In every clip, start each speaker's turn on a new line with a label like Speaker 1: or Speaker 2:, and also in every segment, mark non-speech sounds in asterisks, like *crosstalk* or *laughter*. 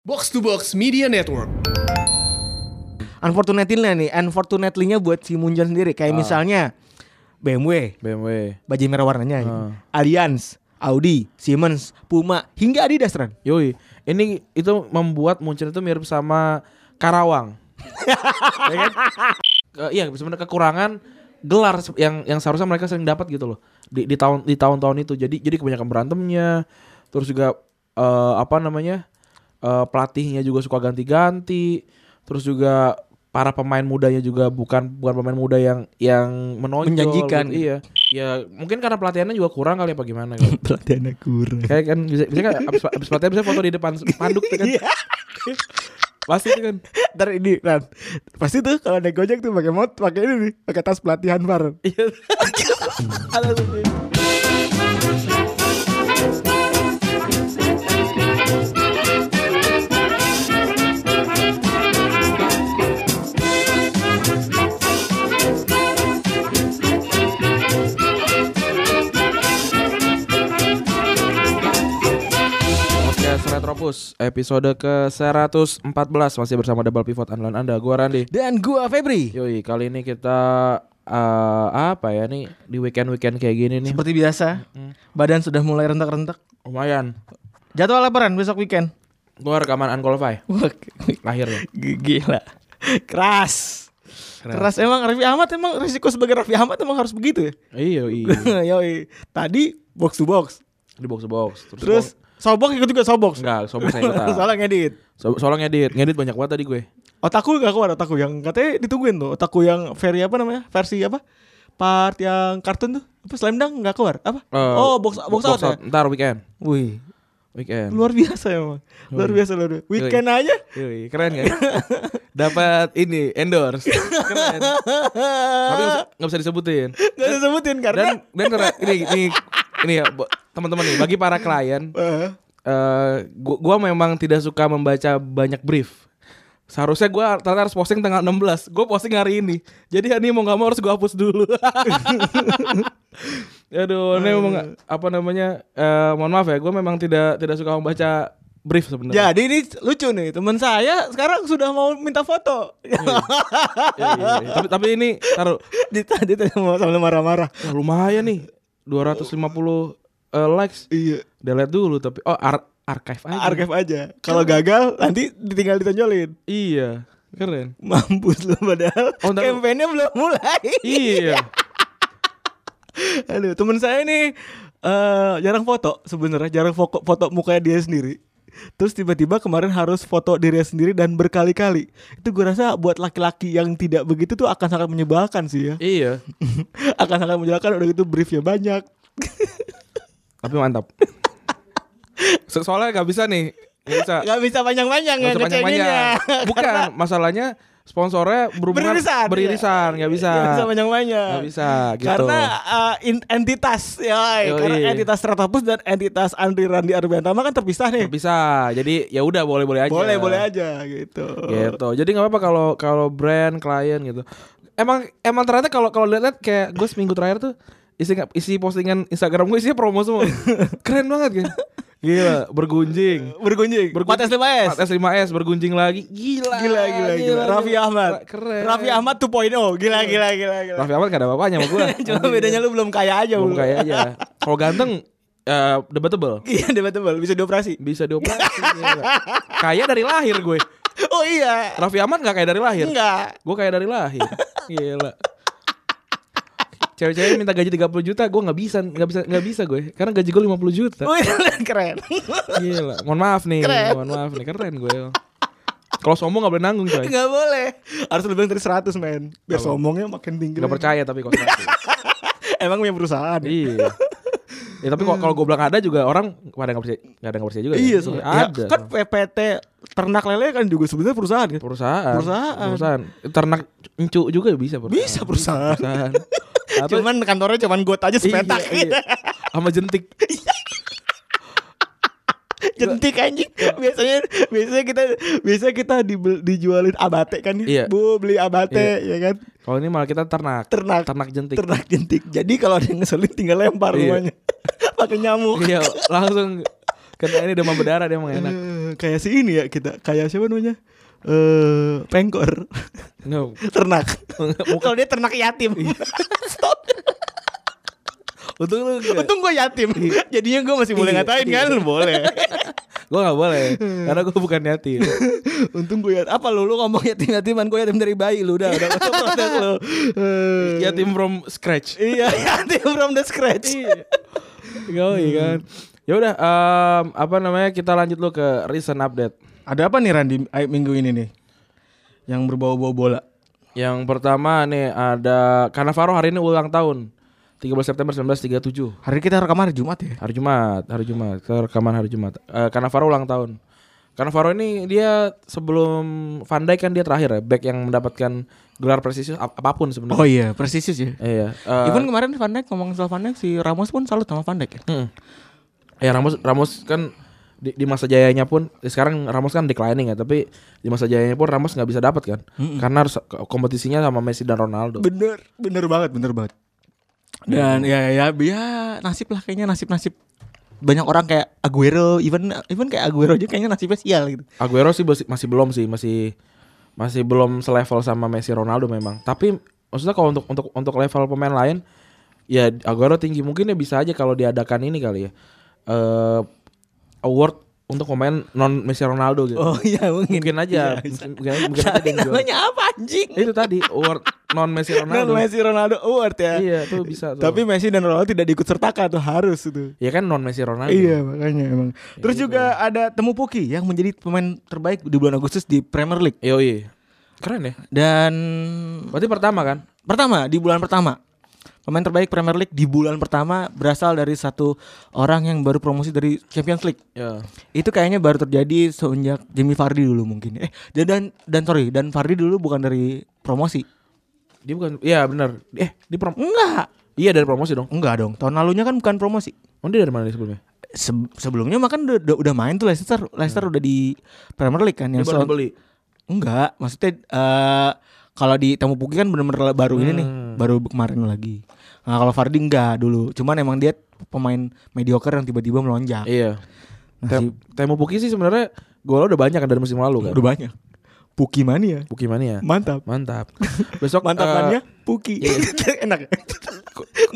Speaker 1: Box to Box Media Network.
Speaker 2: Unfortunately-nya nih, unfortunately-nya buat si Munjon sendiri. Kayak misalnya BMW,
Speaker 3: BMW.
Speaker 2: baju merah warnanya, Ah. Allianz, Audi, Siemens, Puma, hingga Adidas *laughs* Ren.
Speaker 3: Yoi, ini itu membuat Munchen itu mirip sama Karawang. ya kan? Ke- iya, sebenarnya kekurangan gelar se- yang yang seharusnya mereka sering dapat gitu loh di, di tahun di tahun-tahun itu. Jadi jadi kebanyakan berantemnya, terus juga eh, apa namanya eh, pelatihnya juga suka ganti-ganti, terus juga para pemain mudanya juga bukan bukan pemain muda yang yang menonjol.
Speaker 2: Menjanjikan.
Speaker 3: gitu. Iya, ya mungkin karena pelatihannya juga kurang kali ya, apa gimana? gitu. Kali.
Speaker 2: Pelatihan kurang.
Speaker 3: Kayak kan bisa bisa kan
Speaker 2: *laughs*
Speaker 3: abis, abis latihan bisa foto di depan panduk tuh kan.
Speaker 2: Iya.
Speaker 3: Pasti tuh kan.
Speaker 2: Ntar ini Ran. Pasti tuh kalau naik Gojek tuh pakai mot, pakai ini nih, pakai tas pelatihan Bar.
Speaker 3: Iya. Ada tuh. Podcast Retropus Ya, episode ke-114 masih bersama Double Pivot andalan Anda gua Randy.
Speaker 2: Dan gua Febri.
Speaker 3: Yoi, kali ini kita eh, apa ya nih di weekend-weekend kayak gini nih.
Speaker 2: Seperti biasa, badan sudah mulai rentak-rentak.
Speaker 3: Lumayan.
Speaker 2: Jadwal laporan besok weekend.
Speaker 3: Gua rekaman Unqualified
Speaker 2: Wah, *laughs*
Speaker 3: lahir loh.
Speaker 2: gila. Keras. Keras emang Raffi Ahmad emang risiko sebagai Raffi Ahmad emang harus begitu ya.
Speaker 3: Iya,
Speaker 2: *laughs* Yoi. Tadi box to box.
Speaker 3: Di box box.
Speaker 2: Terus sobok ikut juga sobok.
Speaker 3: Enggak, sombong
Speaker 2: *laughs*
Speaker 3: saya ah. ikutan.
Speaker 2: Salah ngedit.
Speaker 3: So, soalnya ngedit, ngedit banyak banget tadi gue.
Speaker 2: Otaku gak keluar otaku yang katanya ditungguin tuh. Otaku yang versi apa namanya? Versi apa? Part yang kartun tuh. Apa slime dunk gak keluar? Apa?
Speaker 3: Eh,
Speaker 2: oh, box box, out, ya.
Speaker 3: Ntar weekend.
Speaker 2: Wih,
Speaker 3: Weekend.
Speaker 2: luar biasa emang. Luar biasa luar biasa. Weekend aja.
Speaker 3: Yoi, keren gak? Dapat ini endorse. Keren. *laughs* Tapi nggak bisa- nggak bisa disebutin.
Speaker 2: *laughs* Gak disebutin karena
Speaker 3: Dan dan keren. Ini ini ini ya bu- teman-teman nih bagi para klien
Speaker 2: Eh,
Speaker 3: eh gua, gua memang tidak suka membaca banyak brief. Seharusnya gua ternyata harus posting tanggal 16 Gue posting hari ini Jadi hari ini mau gak mau harus gua hapus dulu *laughs* Aduh ini memang Apa namanya eh Mohon maaf ya Gue memang tidak tidak suka membaca brief sebenarnya
Speaker 2: Jadi ini lucu nih teman saya sekarang sudah mau minta foto. *laughs*
Speaker 3: Iya, iya, iya. Tapi, tapi ini Taruh
Speaker 2: Dita Dita mau sambil marah-marah.
Speaker 3: Wah, lumayan nih 250 eh, likes
Speaker 2: Iya.
Speaker 3: Delete dulu tapi Oh ar archive aja
Speaker 2: Arkef aja. Kalau gagal nanti ditinggal ditonjolin. *laughs*
Speaker 3: Iya Keren
Speaker 2: Mampus lu padahal
Speaker 3: Oh, ntar-
Speaker 2: kampanye belum mulai.
Speaker 3: *laughs* Iya
Speaker 2: Aduh, temen saya nih eh jarang foto sebenarnya, jarang foto, foto mukanya dia sendiri. Terus tiba-tiba kemarin harus foto dirinya sendiri dan berkali-kali. Itu gue rasa buat laki-laki yang tidak begitu tuh akan sangat menyebalkan sih ya. *laughs*
Speaker 3: Iya
Speaker 2: akan sangat menyebalkan udah gitu briefnya banyak.
Speaker 3: tapi mantap. So- soalnya nggak bisa nih, nggak bisa,
Speaker 2: Gak bisa panjang-panjang
Speaker 3: nggak
Speaker 2: ya
Speaker 3: bisa panjang-panjang.
Speaker 2: ngecenginnya. *laughs*
Speaker 3: *laughs* Bukan, masalahnya sponsornya berhubungan
Speaker 2: Beririsan,
Speaker 3: beririsan,
Speaker 2: iya.
Speaker 3: nggak bisa,
Speaker 2: Nggak bisa panjang-panjang.
Speaker 3: nggak bisa, gitu.
Speaker 2: Karena uh, in- entitas ya,
Speaker 3: Yoi.
Speaker 2: karena entitas Stratopus dan entitas Andri Randi Arbiantama kan terpisah nih.
Speaker 3: nggak bisa. Jadi ya udah boleh-boleh aja.
Speaker 2: Boleh boleh aja gitu.
Speaker 3: Gitu. Jadi nggak apa-apa kalau kalau brand klien gitu. Emang emang ternyata kalau kalau lihat-lihat kayak gue seminggu terakhir tuh isi isi postingan Instagram gue isinya promo
Speaker 2: *laughs*
Speaker 3: semua. Keren banget kan. Gila, bergunjing.
Speaker 2: Bergunjing.
Speaker 3: Bergunjing.
Speaker 2: 4S5S.
Speaker 3: 4S5S bergunjing lagi. Gila.
Speaker 2: Gila gila gila. Raffi Ahmad.
Speaker 3: Keren.
Speaker 2: Raffi Ahmad 2.0. Gila gila gila gila.
Speaker 3: Raffi Ahmad gak ada apa-apanya sama gue
Speaker 2: *laughs* Cuma bedanya lu belum kaya aja.
Speaker 3: Belum
Speaker 2: Bu.
Speaker 3: kaya aja Kalau ganteng eh, Debatable
Speaker 2: *laughs* Iya, debatable bisa dioperasi.
Speaker 3: Bisa dioperasi
Speaker 2: *laughs*
Speaker 3: gila. Kaya dari lahir gue
Speaker 2: Oh iya.
Speaker 3: Raffi Ahmad gak kaya dari lahir
Speaker 2: Enggak.
Speaker 3: Gue kaya dari lahir Gila Cewek-cewek minta gaji 30 juta Gue gak bisa Gak bisa gak bisa gue Karena gaji gue 50 juta
Speaker 2: Wih, Oh, iya, *laughs* keren.
Speaker 3: Gila Mohon maaf nih
Speaker 2: Keren.
Speaker 3: Mohon maaf nih Keren gue Kalau sombong gak boleh nanggung coy
Speaker 2: Enggak boleh. Harus lebih dari 100, men. Biar sombongnya makin tinggi.
Speaker 3: Gak percaya tapi kalau sombong.
Speaker 2: Emang punya perusahaan. ya?
Speaker 3: Iya Ya tapi kalau kalau gue bilang ada juga orang pada nggak percaya nggak ada nggak percaya juga ya?
Speaker 2: Iya, soalnya. Ya,
Speaker 3: ada
Speaker 2: kan PPT ternak lele kan juga sebenarnya perusahaan kan.
Speaker 3: perusahaan
Speaker 2: Perusahaan.
Speaker 3: perusahaan ternak encu juga bisa perusahaan
Speaker 2: Bisa perusahaan.
Speaker 3: perusahaan Atau-
Speaker 2: Cuman kantornya cuman got aja sepetak.
Speaker 3: Iya, iya.
Speaker 2: *laughs*
Speaker 3: sama jentik
Speaker 2: Jentik anjing. Biasanya biasanya kita biasanya kita dibel- dijualin abate kan. ya.
Speaker 3: Iya.
Speaker 2: Bu beli abate ya kan.
Speaker 3: kalau ini malah kita ternak
Speaker 2: Ternak.
Speaker 3: ternak jentik
Speaker 2: Ternak *laughs* jentik. Jadi kalau ada yang ngeselin tinggal lempar
Speaker 3: Iya.
Speaker 2: rumahnya. Pakai nyamuk.
Speaker 3: iya langsung Karena ini demam berdarah dia emang enak.
Speaker 1: Eh, kayak si ini ya kita kayak siapa namanya eh
Speaker 2: *laughs*
Speaker 1: pengkor
Speaker 3: No.
Speaker 1: ternak kalau dia ternak yatim
Speaker 2: Iya. *laughs*
Speaker 3: Untung lu
Speaker 2: Untung gue yatim. Jadinya gue masih boleh ngatain kan? Boleh.
Speaker 3: gue gak boleh karena gue bukan yatim.
Speaker 1: untung gue yatim apa lu lu ngomong yatim yatiman gue yatim dari bayi lu udah udah gak usah protes
Speaker 2: *laughs*
Speaker 1: lu Eh,
Speaker 3: yatim Iya, from scratch.
Speaker 1: iya *laughs* yatim from the scratch
Speaker 2: Iya.
Speaker 3: Iya. Yoi kan. Ya udah em, apa namanya kita lanjut lu ke recent update.
Speaker 2: Ada apa nih Randi ay- minggu ini nih? Yang berbau-bau bola.
Speaker 3: Yang pertama nih ada Cannavaro hari ini ulang tahun. 13 September 1937.
Speaker 2: Hari kita rekam hari Jumat ya.
Speaker 3: Hari Jumat, hari Jumat. Kita rekaman hari Jumat. Eh Cannavaro ulang tahun. Cannavaro ini dia sebelum Van Dijk kan dia terakhir ya, back yang mendapatkan gelar presisi ap- apapun sebenarnya.
Speaker 2: Oh iya, prestisius ya.
Speaker 3: Iya. Eh,
Speaker 2: Even kemarin Van Dijk ngomong soal Van Dijk si Ramos pun salut sama Van
Speaker 1: *laughs*
Speaker 2: Dijk ya.
Speaker 3: Mm. Ya Ramos Ramos kan di, di masa jayanya pun eh, sekarang Ramos kan declining ya tapi di masa jayanya pun Ramos nggak bisa dapat kan karena harus ke- kompetisinya sama Messi dan Ronaldo.
Speaker 2: Bener, bener banget, bener banget. Dan ya ya ya nasib lah kayaknya nasib-nasib banyak orang kayak Aguero, even even kayak Aguero aja kayaknya nasibnya sial gitu.
Speaker 3: Aguero sih besi- masih belum sih masih masih belum selevel sama Messi Ronaldo memang tapi maksudnya kalau untuk untuk untuk level pemain lain ya Aguero tinggi mungkin ya bisa aja kalau diadakan ini kali ya eh award untuk pemain non Messi Ronaldo gitu.
Speaker 1: oh iya mungkin
Speaker 3: Mungkin aja, mungkin, mungkin, mungkin aja dia
Speaker 1: tapi
Speaker 3: menjual.
Speaker 1: namanya apa anjing
Speaker 3: itu tadi award non Messi
Speaker 1: non
Speaker 2: Kan
Speaker 3: Ronaldo.
Speaker 1: Messi Ronaldo award ya
Speaker 3: Iya tuh bisa tuh.
Speaker 1: tapi Messi dan Ronaldo tidak diikut sertakan tuh harus itu
Speaker 3: ya kan non Messi Ronaldo.
Speaker 2: Iya makanya emang.
Speaker 3: Ya
Speaker 2: Terus
Speaker 3: gitu.
Speaker 2: juga ada Temu Puki yang menjadi pemain terbaik di bulan Agustus di Premier League
Speaker 3: Yoi. Keren ya.
Speaker 2: dan
Speaker 3: Berarti pertama kan?
Speaker 2: pertama di bulan pertama pemain terbaik Premier League di bulan pertama berasal dari satu orang yang baru promosi dari Champions League.
Speaker 3: Ya.
Speaker 2: Itu kayaknya baru terjadi semenjak Jamie Vardy dulu mungkin. Eh dan dan, dan sorry dan Vardy dulu bukan dari promosi.
Speaker 3: Dia bukan Iya benar. Eh, di prom
Speaker 2: Enggak.
Speaker 3: Iya dari promosi dong.
Speaker 2: Enggak dong. Tahun lalunya kan bukan promosi.
Speaker 3: Oh, dia dari mana dia sebelumnya?
Speaker 2: Se- sebelumnya makan udah, udah- udah main tuh Leicester. Leicester udah di Premier League kan
Speaker 3: Dia
Speaker 2: yang
Speaker 3: Hmm. baru
Speaker 2: sel-
Speaker 3: dibeli.
Speaker 2: Enggak, maksudnya eh kalau di Temu Puki kan bener-bener baru ini nih,
Speaker 3: Hmm.
Speaker 2: baru kemarin lagi. Nah, kalau Fardi enggak dulu, cuman emang dia pemain mediocre yang tiba-tiba melonjak.
Speaker 3: Iya. Tem
Speaker 2: Nasib.
Speaker 3: Temu Puki sih sebenarnya gol udah banyak kan dari musim lalu kan.
Speaker 2: Udah banyak. Puki mania.
Speaker 3: Puki mania.
Speaker 2: Mantap.
Speaker 3: Mantap. *laughs* Besok
Speaker 2: Mantapannya
Speaker 3: eh,
Speaker 2: Puki. *laughs* Enak. ya?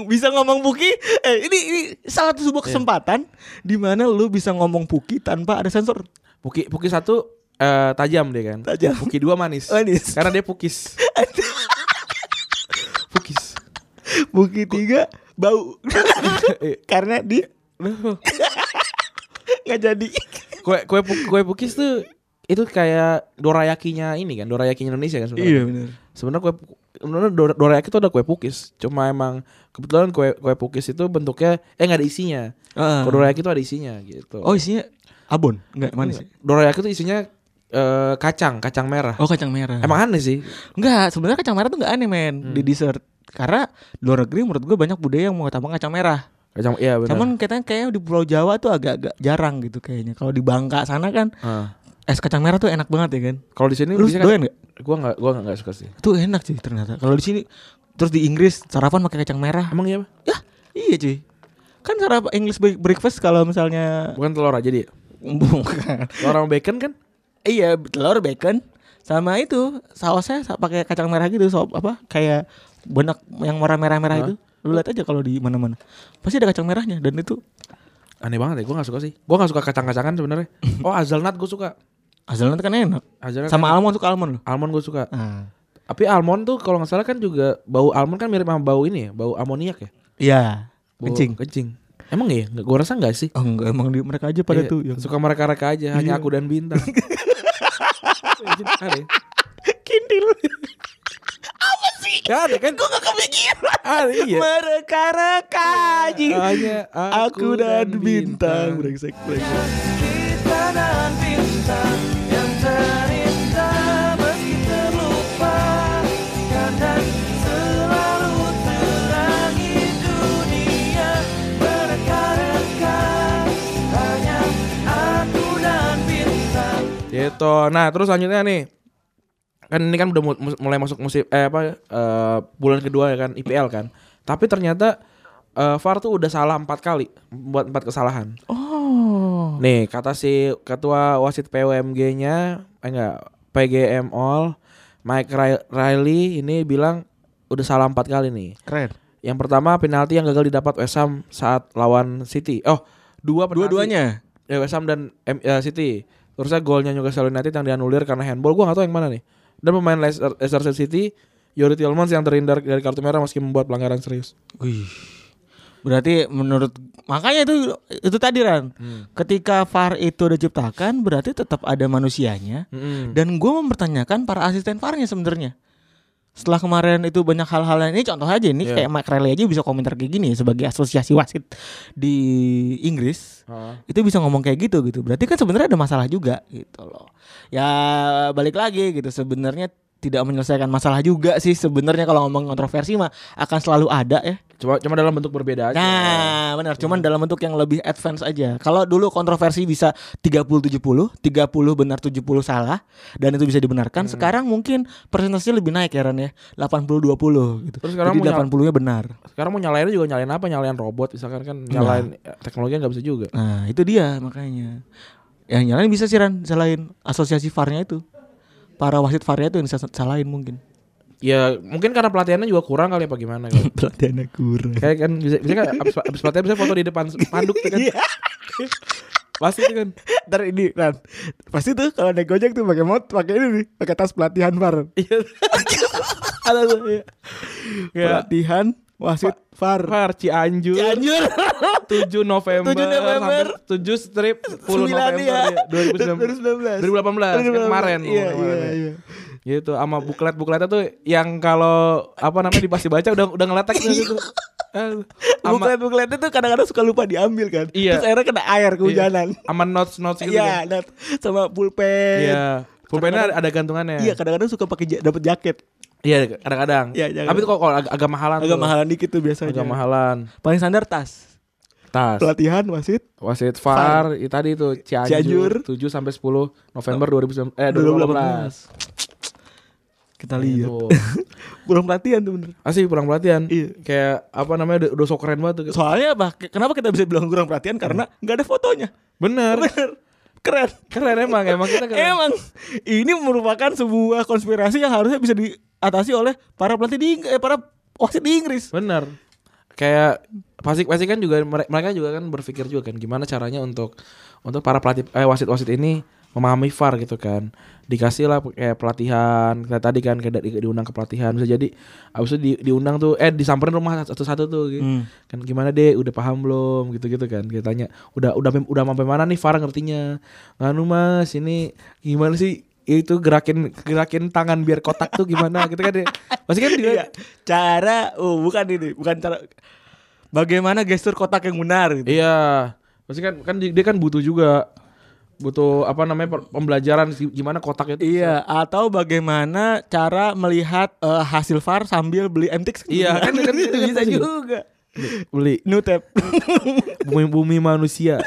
Speaker 2: bisa ngomong Puki. Eh, ini ini salah satu sebuah kesempatan di mana lu bisa ngomong Puki tanpa ada sensor.
Speaker 3: Puki Puki satu eh, tajam dia kan.
Speaker 2: Tajam.
Speaker 3: Puki dua manis.
Speaker 2: Manis.
Speaker 3: Karena dia
Speaker 2: *laughs*
Speaker 3: pukis. pukis.
Speaker 2: Puki tiga *laughs* bau. Karena di *laughs* nggak jadi.
Speaker 3: kue kue pu- kue pukis tuh itu kayak dorayakinya ini kan dorayakinya Indonesia kan sebenarnya.
Speaker 2: Iya benar.
Speaker 3: Sebenarnya kue sebenarnya dor- dorayaki itu ada kue pukis. Cuma emang kebetulan kue kue pukis itu bentuknya eh nggak ada isinya.
Speaker 2: Ah.
Speaker 3: Kalau dorayaki itu ada isinya gitu.
Speaker 2: Oh isinya abon, enggak manis. ya?
Speaker 3: Iya. dorayaki itu isinya eh, kacang, kacang merah.
Speaker 2: Oh kacang merah.
Speaker 3: Emang aneh sih.
Speaker 2: enggak, sebenarnya kacang merah tuh enggak aneh men di dessert. Karena di luar negeri menurut gue banyak budaya yang mengutamakan kacang merah.
Speaker 3: Kacang iya benar.
Speaker 2: Cuman katanya kayaknya di Pulau Jawa tuh agak-agak jarang gitu kayaknya. Kalau di Bangka sana kan
Speaker 3: Ah.
Speaker 2: es kacang merah tuh enak banget ya kan.
Speaker 3: Kalau di sini
Speaker 2: Lu
Speaker 3: bisa
Speaker 2: doyan nggak?
Speaker 3: Gua nggak gua nggak- nggak suka sih.
Speaker 2: Tuh enak sih ternyata. Kalau di sini terus di Inggris sarapan pakai kacang merah.
Speaker 3: Emang iya? Pak?
Speaker 2: Yah, iya cuy. Kan sarapan English break- breakfast kalau misalnya
Speaker 3: Bukan telur aja dia.
Speaker 2: bukan.
Speaker 3: Telur sama bacon kan?
Speaker 2: *laughs* Iya, telur bacon sama itu sausnya sa- pakai kacang merah gitu, sop apa kayak benak yang warna merah-merah itu. Lu lihat aja kalau di mana-mana. Pasti ada kacang merahnya dan itu
Speaker 3: Aneh banget ya, gua nggak suka sih. Gua nggak suka kacang-kacangan
Speaker 2: *laughs*
Speaker 3: sebenarnya. Oh, hazelnut gua suka.
Speaker 2: hasilnya kan enak.
Speaker 3: Hazelnut
Speaker 2: Sama almond suka almond loh.
Speaker 3: Almond gue suka.
Speaker 2: Ah.
Speaker 3: Tapi almond tuh kalau nggak salah kan juga bau almond kan mirip sama bau ini ya, bau amoniak ya.
Speaker 2: Iya.
Speaker 3: Bau
Speaker 2: Kencing.
Speaker 3: Kencing. Emang iya? Nggak, gue rasa nggak sih.
Speaker 2: Oh, enggak emang di, mereka aja pada
Speaker 3: Iya,
Speaker 2: tuh yang *laughs*
Speaker 3: Suka mereka-reka aja, hanya aku dan bintang. Anjing, ada ya?
Speaker 2: kintil. apa sih?
Speaker 3: Ya, ada kan?
Speaker 2: Gua gak kepikiran.
Speaker 3: Ada iya.
Speaker 2: Mereka-reka anjing.
Speaker 3: Hanya
Speaker 2: Aku dan bintang, brengsek, brengsek.
Speaker 3: Gitu. Nah, terus selanjutnya nih. Kan ini kan udah mu- mu- mulai masuk musim eh apa eh, bulan kedua ya kan IPL kan. Tapi ternyata eh, VAR tuh udah salah empat kali buat empat kesalahan.
Speaker 2: Oh, Oh.
Speaker 3: Nih kata si ketua wasit PWMG-nya eh enggak PGM All Mike Ri- Riley ini bilang udah salah empat kali nih.
Speaker 2: Keren.
Speaker 3: Yang pertama penalti yang gagal didapat West Ham saat lawan City. Oh, dua penalti.
Speaker 2: Dua-duanya.
Speaker 3: Ya, West Ham dan M- eh, City. Terusnya golnya Newcastle United yang dianulir karena handball. Gua gak tahu yang mana nih. Dan pemain Leicester, Leicester City Yuri Tillmans yang terhindar dari kartu merah meski membuat pelanggaran serius.
Speaker 2: Wih. Berarti menurut makanya itu itu tadi Ran. Ketika VAR itu diciptakan berarti tetap ada manusianya.
Speaker 3: Hmm.
Speaker 2: Dan gue mempertanyakan para asisten VAR-nya sebenarnya. Setelah kemarin itu banyak hal-hal yang ini contoh aja ini kayak Mike Riley aja bisa komentar kayak gini sebagai asosiasi wasit di Inggris.
Speaker 3: Heeh.
Speaker 2: Itu bisa ngomong kayak gitu gitu. Berarti kan sebenarnya ada masalah juga gitu loh. Ya balik lagi gitu sebenarnya tidak menyelesaikan masalah juga sih sebenarnya kalau ngomong kontroversi mah akan selalu ada ya.
Speaker 3: Cuma cuma dalam bentuk berbeda aja.
Speaker 2: Nah, benar. Cuman dalam bentuk yang lebih advance aja. Kalau dulu kontroversi bisa 30-70, 30 benar 70 salah dan itu bisa dibenarkan. Sekarang mungkin persentasenya lebih naik ya Ran ya. 80-20 gitu.
Speaker 3: Terus sekarang
Speaker 2: Jadi
Speaker 3: mau nyal-
Speaker 2: 80-nya benar.
Speaker 3: Sekarang mau nyalain juga nyalain apa? Nyalain robot misalkan kan nyalain eh, teknologi nggak bisa juga.
Speaker 2: Nah, itu dia makanya. Yang nyalain bisa sih Ran, salahin asosiasi VAR-nya itu. Para wasit VAR-nya itu yang bisa salahin mungkin. *laughs*
Speaker 3: Ya mungkin karena pelatihannya juga kurang kali ya, apa gimana
Speaker 2: *laughs*
Speaker 3: kali.
Speaker 2: Pelatihannya kurang.
Speaker 3: Kayak kan bisa, bisa kan abis, abis pelatihan bisa foto di depan panduk tuh kan.
Speaker 2: Iya.
Speaker 3: Pasti tuh kan.
Speaker 2: Ntar ini Ran. Pasti tuh kalau naik Gojek tuh pakai mot, pakai ini nih, pakai tas pelatihan VAR.
Speaker 3: Iya. Ada tuh, iya. Kayak
Speaker 2: Pelatihan wasit Iya, VAR.
Speaker 3: Far Cianjur
Speaker 2: Cianjur
Speaker 3: 7 November,
Speaker 2: 7 November.
Speaker 3: sampai 7 strip
Speaker 2: 9
Speaker 3: 10 November
Speaker 2: ya. *laughs*
Speaker 3: ya, 2019 2018 kan
Speaker 2: Iya
Speaker 3: kemarin kemarin.
Speaker 2: iya iya.
Speaker 3: gitu sama buklet bukletnya tuh yang kalau apa namanya dipasti baca udah udah ngeletek gitu
Speaker 2: *laughs*
Speaker 3: Eh, sama
Speaker 2: Iya. Buklet bukletnya tuh kadang-kadang suka lupa diambil kan.
Speaker 3: Iya.
Speaker 2: Terus akhirnya kena air kehujanan.
Speaker 3: sama notes notes gitu
Speaker 2: Iya,
Speaker 3: kan
Speaker 2: nah, sama pulpen.
Speaker 3: iya pulpennya ada ada gantungannya
Speaker 2: Iya, kadang-kadang suka pakai ja- dapat jaket.
Speaker 3: Iya, kadang-kadang
Speaker 2: Iya, jangan.
Speaker 3: tapi itu kalau agak, agak mahalan
Speaker 2: Agak
Speaker 3: tuh.
Speaker 2: mahalan iya. dikit tuh biasanya.
Speaker 3: agak mahalan
Speaker 2: Paling standar tas.
Speaker 3: tas
Speaker 2: Pelatihan wasit
Speaker 3: wasit far ya, tadi itu
Speaker 2: Cianjur.
Speaker 3: Cianjur, 7 sampai 10 November 2019 eh
Speaker 2: 2018.
Speaker 3: 2018
Speaker 2: Kita lihat. *laughs*
Speaker 3: Gitu.
Speaker 2: Kurang pelatihan tuh bener.
Speaker 3: Asli kurang pelatihan.
Speaker 2: Iya.
Speaker 3: Kayak apa namanya udah, udah sok keren
Speaker 2: *laughs*
Speaker 3: banget. tuh.
Speaker 2: Soalnya apa? Ke- Kenapa kita bisa bilang kurang pelatihan? Karena nggak ada fotonya. *laughs*
Speaker 3: Bener.
Speaker 2: Bener. Hmm. Eh, Keren.
Speaker 3: Keren emang, emang kita keren.
Speaker 2: Emang ini merupakan sebuah konspirasi yang harusnya bisa diatasi oleh para pelatih di Ing- eh, para wasit di Inggris.
Speaker 3: Bener. Kayak pasik-pasik kan juga mere- mereka juga kan berpikir juga kan gimana caranya untuk untuk para pelatih eh, wasit-wasit ini memahami VAR gitu kan. Dikasih lah kayak pelatihan, kayak tadi kan kayak di- diundang ke pelatihan bisa jadi abis itu di- diundang tuh eh disamperin rumah satu-satu tuh gitu. Kan gimana deh udah paham belum gitu-gitu kan. Kita tanya udah udah mem- udah sampai mana nih VAR ngertinya. Nganu Mas, ini gimana sih itu gerakin gerakin tangan biar kotak tuh gimana gitu kan dia. Pasti kan dia
Speaker 2: Iya. Cara oh bukan ini, bukan cara bagaimana gestur kotak yang benar gitu.
Speaker 3: Iya, pasti kan kan di- dia kan butuh juga butuh apa namanya per- pembelajaran si- gimana kotak itu.
Speaker 2: Iya, atau bagaimana cara melihat eh, hasil VAR sambil beli MTX
Speaker 3: Iya, kan- kan
Speaker 2: itu
Speaker 3: gitu
Speaker 2: bisa
Speaker 3: sih.
Speaker 2: juga.
Speaker 3: Beli
Speaker 2: Nutep.
Speaker 3: bumi bumi manusia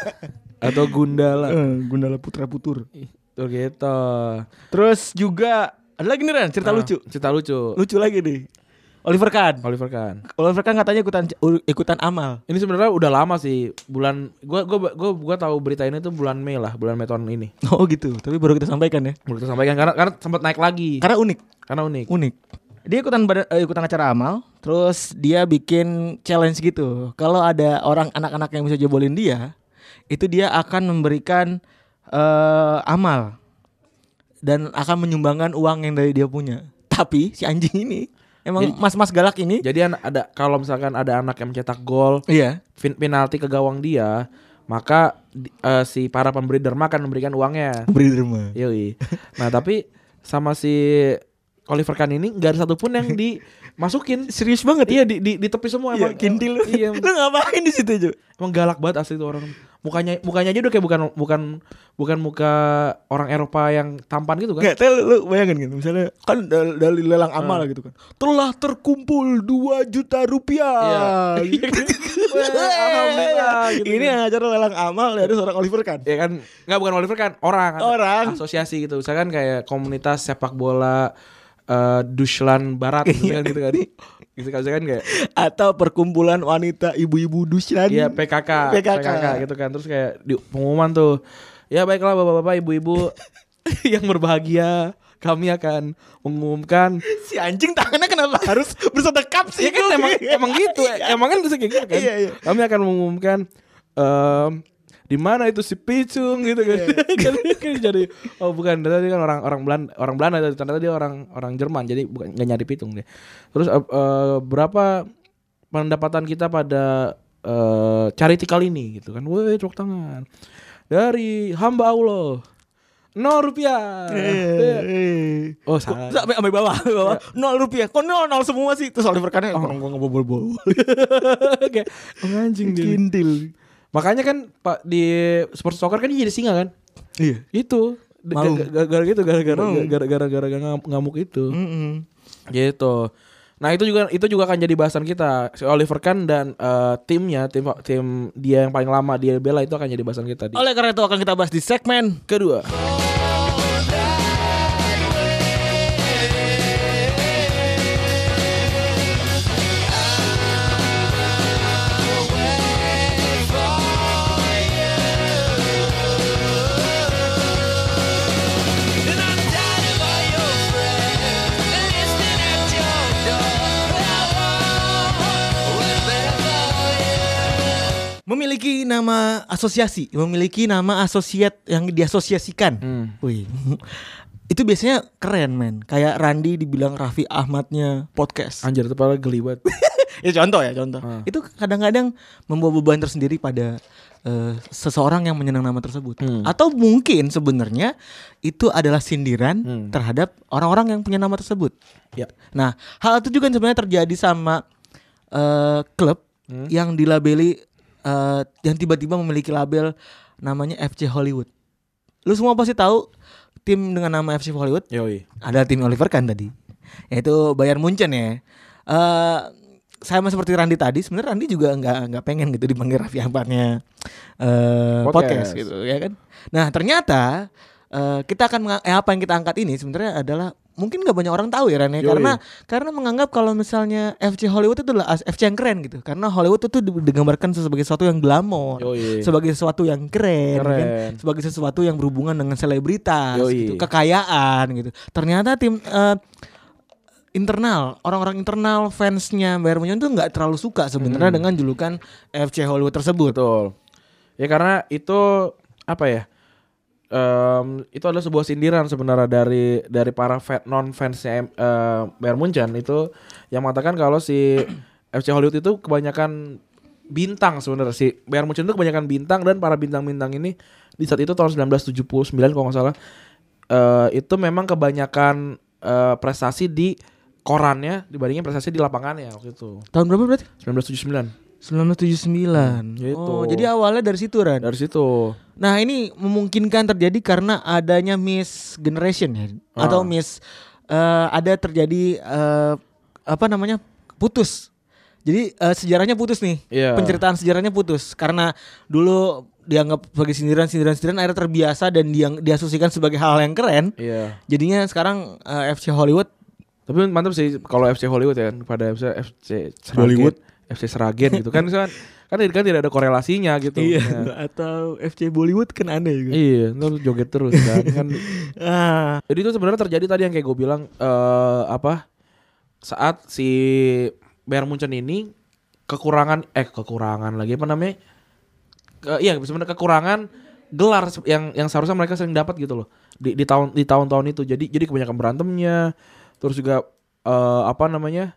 Speaker 3: atau gundala.
Speaker 2: *laughs* Eh, Gundala Putra Putur.
Speaker 3: Tuh gitu.
Speaker 2: Terus juga ada lagi nih Ran, cerita
Speaker 3: Ah,
Speaker 2: lucu.
Speaker 3: Cerita lucu.
Speaker 2: Lucu lagi nih. Oliver Kahn.
Speaker 3: Oliver Kahn.
Speaker 2: Oliver Kahn katanya ikutan ikutan amal. *laughs*
Speaker 3: Ini sebenarnya udah lama sih bulan gua gua gua gua tahu berita ini tuh bulan Mei lah, bulan Mei tahun ini.
Speaker 2: Oh gitu, tapi baru kita sampaikan ya.
Speaker 3: Baru kita sampaikan kan. karena karena sempat naik lagi.
Speaker 2: Karena unik,
Speaker 3: Karena unik.
Speaker 2: unik. Dia ikutan bada- eh, ikutan acara amal, terus dia bikin challenge gitu. Kalau ada orang anak-anak yang bisa jebolin dia, itu dia akan memberikan eh, amal dan akan menyumbangkan uang yang dari dia punya. Tapi si anjing ini emang mas-mas galak ini,
Speaker 3: Jadi an- ada kalau misalkan ada anak yang mencetak gol,
Speaker 2: iya,
Speaker 3: fin- penalti ke gawang dia, maka di- eh, si para pemberi derma akan memberikan uangnya.
Speaker 2: beri derma.
Speaker 3: Yoi. Nah, tapi sama si Oliver Kahn ini nggak ada satupun yang
Speaker 2: *laughs*
Speaker 3: dimasukin.
Speaker 2: Serius banget ya?
Speaker 3: iya, di, di, di tepi semua
Speaker 2: Iya,
Speaker 3: emang.
Speaker 2: kintil.
Speaker 3: Iya,
Speaker 2: Lu ngapain di situ, Ju?
Speaker 3: emang galak banget asli tuh orang. Mukanya mukanya aja udah kayak bukan bukan bukan muka orang Eropa yang tampan gitu kan.
Speaker 2: Nggak, tapi lu bayangin gitu Misalnya kan dal- dari lelang
Speaker 3: Ah.
Speaker 2: amal gitu kan Telah terkumpul 2 juta rupiah
Speaker 3: Iya. *laughs*
Speaker 2: Gitu. *laughs*
Speaker 3: Wah, alhamdulillah, gitu.
Speaker 2: Ini yang acara lelang amal dari seorang Oliver kan
Speaker 3: Ya kan nggak bukan Oliver Kahn, orang kan.
Speaker 2: Orang.
Speaker 3: asosiasi gitu.
Speaker 2: Iya.
Speaker 3: Misalkan kayak komunitas sepak bola eh Duslan Barat gitu kan gitu kan. gitu kan misalkan kayak
Speaker 1: atau perkumpulan wanita ibu-ibu dusun
Speaker 3: Iya PKK,
Speaker 1: PKK.
Speaker 3: gitu kan terus kayak di pengumuman tuh ya baiklah bapak-bapak ibu-ibu yang berbahagia kami akan mengumumkan
Speaker 1: si anjing tangannya kenapa harus bersedekap sih
Speaker 3: ya kan emang emang
Speaker 2: *laughs*
Speaker 3: gitu emang kan kayak gitu kan
Speaker 1: Iya, iya.
Speaker 3: kami akan mengumumkan em, di mana itu si Picung gitu
Speaker 1: Iya,
Speaker 3: kan Kan- kan *laughs* jadi oh bukan ternyata dia kan orang orang Belanda orang Belanda ternyata dia orang orang Jerman jadi bukan nggak nyari pitung dia terus eh, eh, berapa pendapatan kita pada eh, charity kali ini gitu kan woi tepuk tangan dari hamba Allah nol rupiah
Speaker 2: Eh,
Speaker 1: Iya.
Speaker 3: Iya. oh salah *laughs*
Speaker 1: Sampai sampai bawah, sampai bawah.
Speaker 3: Iya.
Speaker 1: Nol rupiah. Kok nol nol semua sih? Terus Oliver
Speaker 2: kan
Speaker 1: Kahn
Speaker 3: Oh.
Speaker 1: orang gua ngebobol-bobol.
Speaker 3: kayak oh, anjing dia
Speaker 1: Kindil.
Speaker 3: Makanya kan Pak di Sport Soccer kan dia jadi singa kan?
Speaker 1: Iya.
Speaker 3: Itu D-
Speaker 1: Mau.
Speaker 3: ga- ga- gara gitu gara-gara gara-gara gara-gara ngam- ngamuk itu. Gitu. Nah, itu juga itu juga akan jadi bahasan kita. Si Oliver Kahn dan eh, timnya, tim tim dia yang paling lama dia bela itu akan jadi bahasan kita di
Speaker 2: Oleh karena itu akan kita bahas di segmen
Speaker 3: kedua.
Speaker 2: memiliki nama asosiasi, memiliki nama asosiat yang diasosiasikan. Wih. *laughs* Itu biasanya keren men Kayak Randi dibilang Raffi Ahmadnya podcast
Speaker 3: Anjir, kepala geli banget.
Speaker 2: *laughs* Ya contoh ya contoh Itu kadang-kadang membawa beban tersendiri pada eh, Seseorang yang menyenang nama tersebut Atau mungkin sebenarnya Itu adalah sindiran terhadap orang-orang yang punya nama tersebut
Speaker 3: ya.
Speaker 2: Nah, hal itu juga sebenarnya terjadi sama eh, klub yang dilabeli eh, yang tiba-tiba memiliki label namanya FC Hollywood. Lu semua pasti tahu tim dengan nama FC Hollywood
Speaker 3: Yoi.
Speaker 2: ada tim Oliver Kahn tadi, yaitu Bayern Munchen ya. Eh sama seperti Randi tadi, sebenarnya Randi juga nggak nggak pengen gitu dipanggil Raffi Ahmadnya eh podcast.
Speaker 3: Podcast.
Speaker 2: gitu ya kan. Nah ternyata eh kita akan menga- eh, apa yang kita angkat ini sebenarnya adalah mungkin nggak banyak orang tahu ya Rani
Speaker 3: Yoi.
Speaker 2: karena karena menganggap kalau misalnya FC Hollywood itu adalah as- FC yang keren gitu karena Hollywood itu di- digambarkan sebagai sesuatu yang glamor
Speaker 3: Yoi.
Speaker 2: sebagai sesuatu yang keren,
Speaker 3: Iya. Keren.
Speaker 2: kan? sebagai sesuatu yang berhubungan dengan selebritas gitu
Speaker 3: Yoi.
Speaker 2: kekayaan gitu. Ternyata tim eh, internal orang-orang internal fansnya Bayern Munchen tuh nggak terlalu suka sebenarnya
Speaker 3: Hmm.
Speaker 2: dengan julukan FC Hollywood tersebut.
Speaker 3: Betul. Ya karena itu apa ya? Em, itu adalah sebuah sindiran sebenarnya dari dari para non fansnya eh Bayern Munchen itu yang mengatakan kalau si *clears throat* FC Hollywood itu kebanyakan bintang sebenarnya si Bayern Munchen itu kebanyakan bintang dan para bintang-bintang ini di saat itu tahun 1979 kalau nggak salah eh, itu memang kebanyakan eh, prestasi di korannya dibandingin prestasi di lapangannya waktu itu
Speaker 2: Tahun berapa berarti?
Speaker 3: 1979
Speaker 2: 1979.
Speaker 3: Gitu.
Speaker 2: Oh, jadi awalnya dari situ Ran.
Speaker 3: dari situ
Speaker 2: Nah, ini memungkinkan terjadi karena adanya miss generation ya atau
Speaker 1: Ah.
Speaker 2: miss eh, ada terjadi eh, apa namanya? putus. Jadi eh, sejarahnya putus nih.
Speaker 3: Iya.
Speaker 2: Penceritaan sejarahnya putus karena dulu dianggap sebagai sindiran-sindiran-sindiran akhirnya terbiasa dan diang, diasosiasikan sebagai hal yang keren.
Speaker 3: iya
Speaker 2: Jadinya sekarang eh, FC Hollywood
Speaker 3: Tapi mantap sih kalau FC Hollywood ya kan pada FC FC Seragen,
Speaker 1: Bollywood.
Speaker 3: FC Seragen gitu
Speaker 1: *laughs*
Speaker 3: kan kan kan, kan tidak ada korelasinya gitu.
Speaker 1: Iya.
Speaker 3: Ya.
Speaker 2: Nah.
Speaker 1: Atau FC Bollywood kan aneh juga.
Speaker 3: Iya, ntar joget terus kan. kan
Speaker 1: *laughs* Ah.
Speaker 3: jadi itu sebenarnya terjadi tadi yang kayak gue bilang eh apa saat si Bayern Munchen ini kekurangan eh kekurangan lagi apa namanya? Ke- iya sebenarnya kekurangan gelar se- yang yang seharusnya mereka sering dapat gitu loh di di tahun di tahun-tahun itu. Jadi jadi kebanyakan berantemnya terus juga eh apa namanya?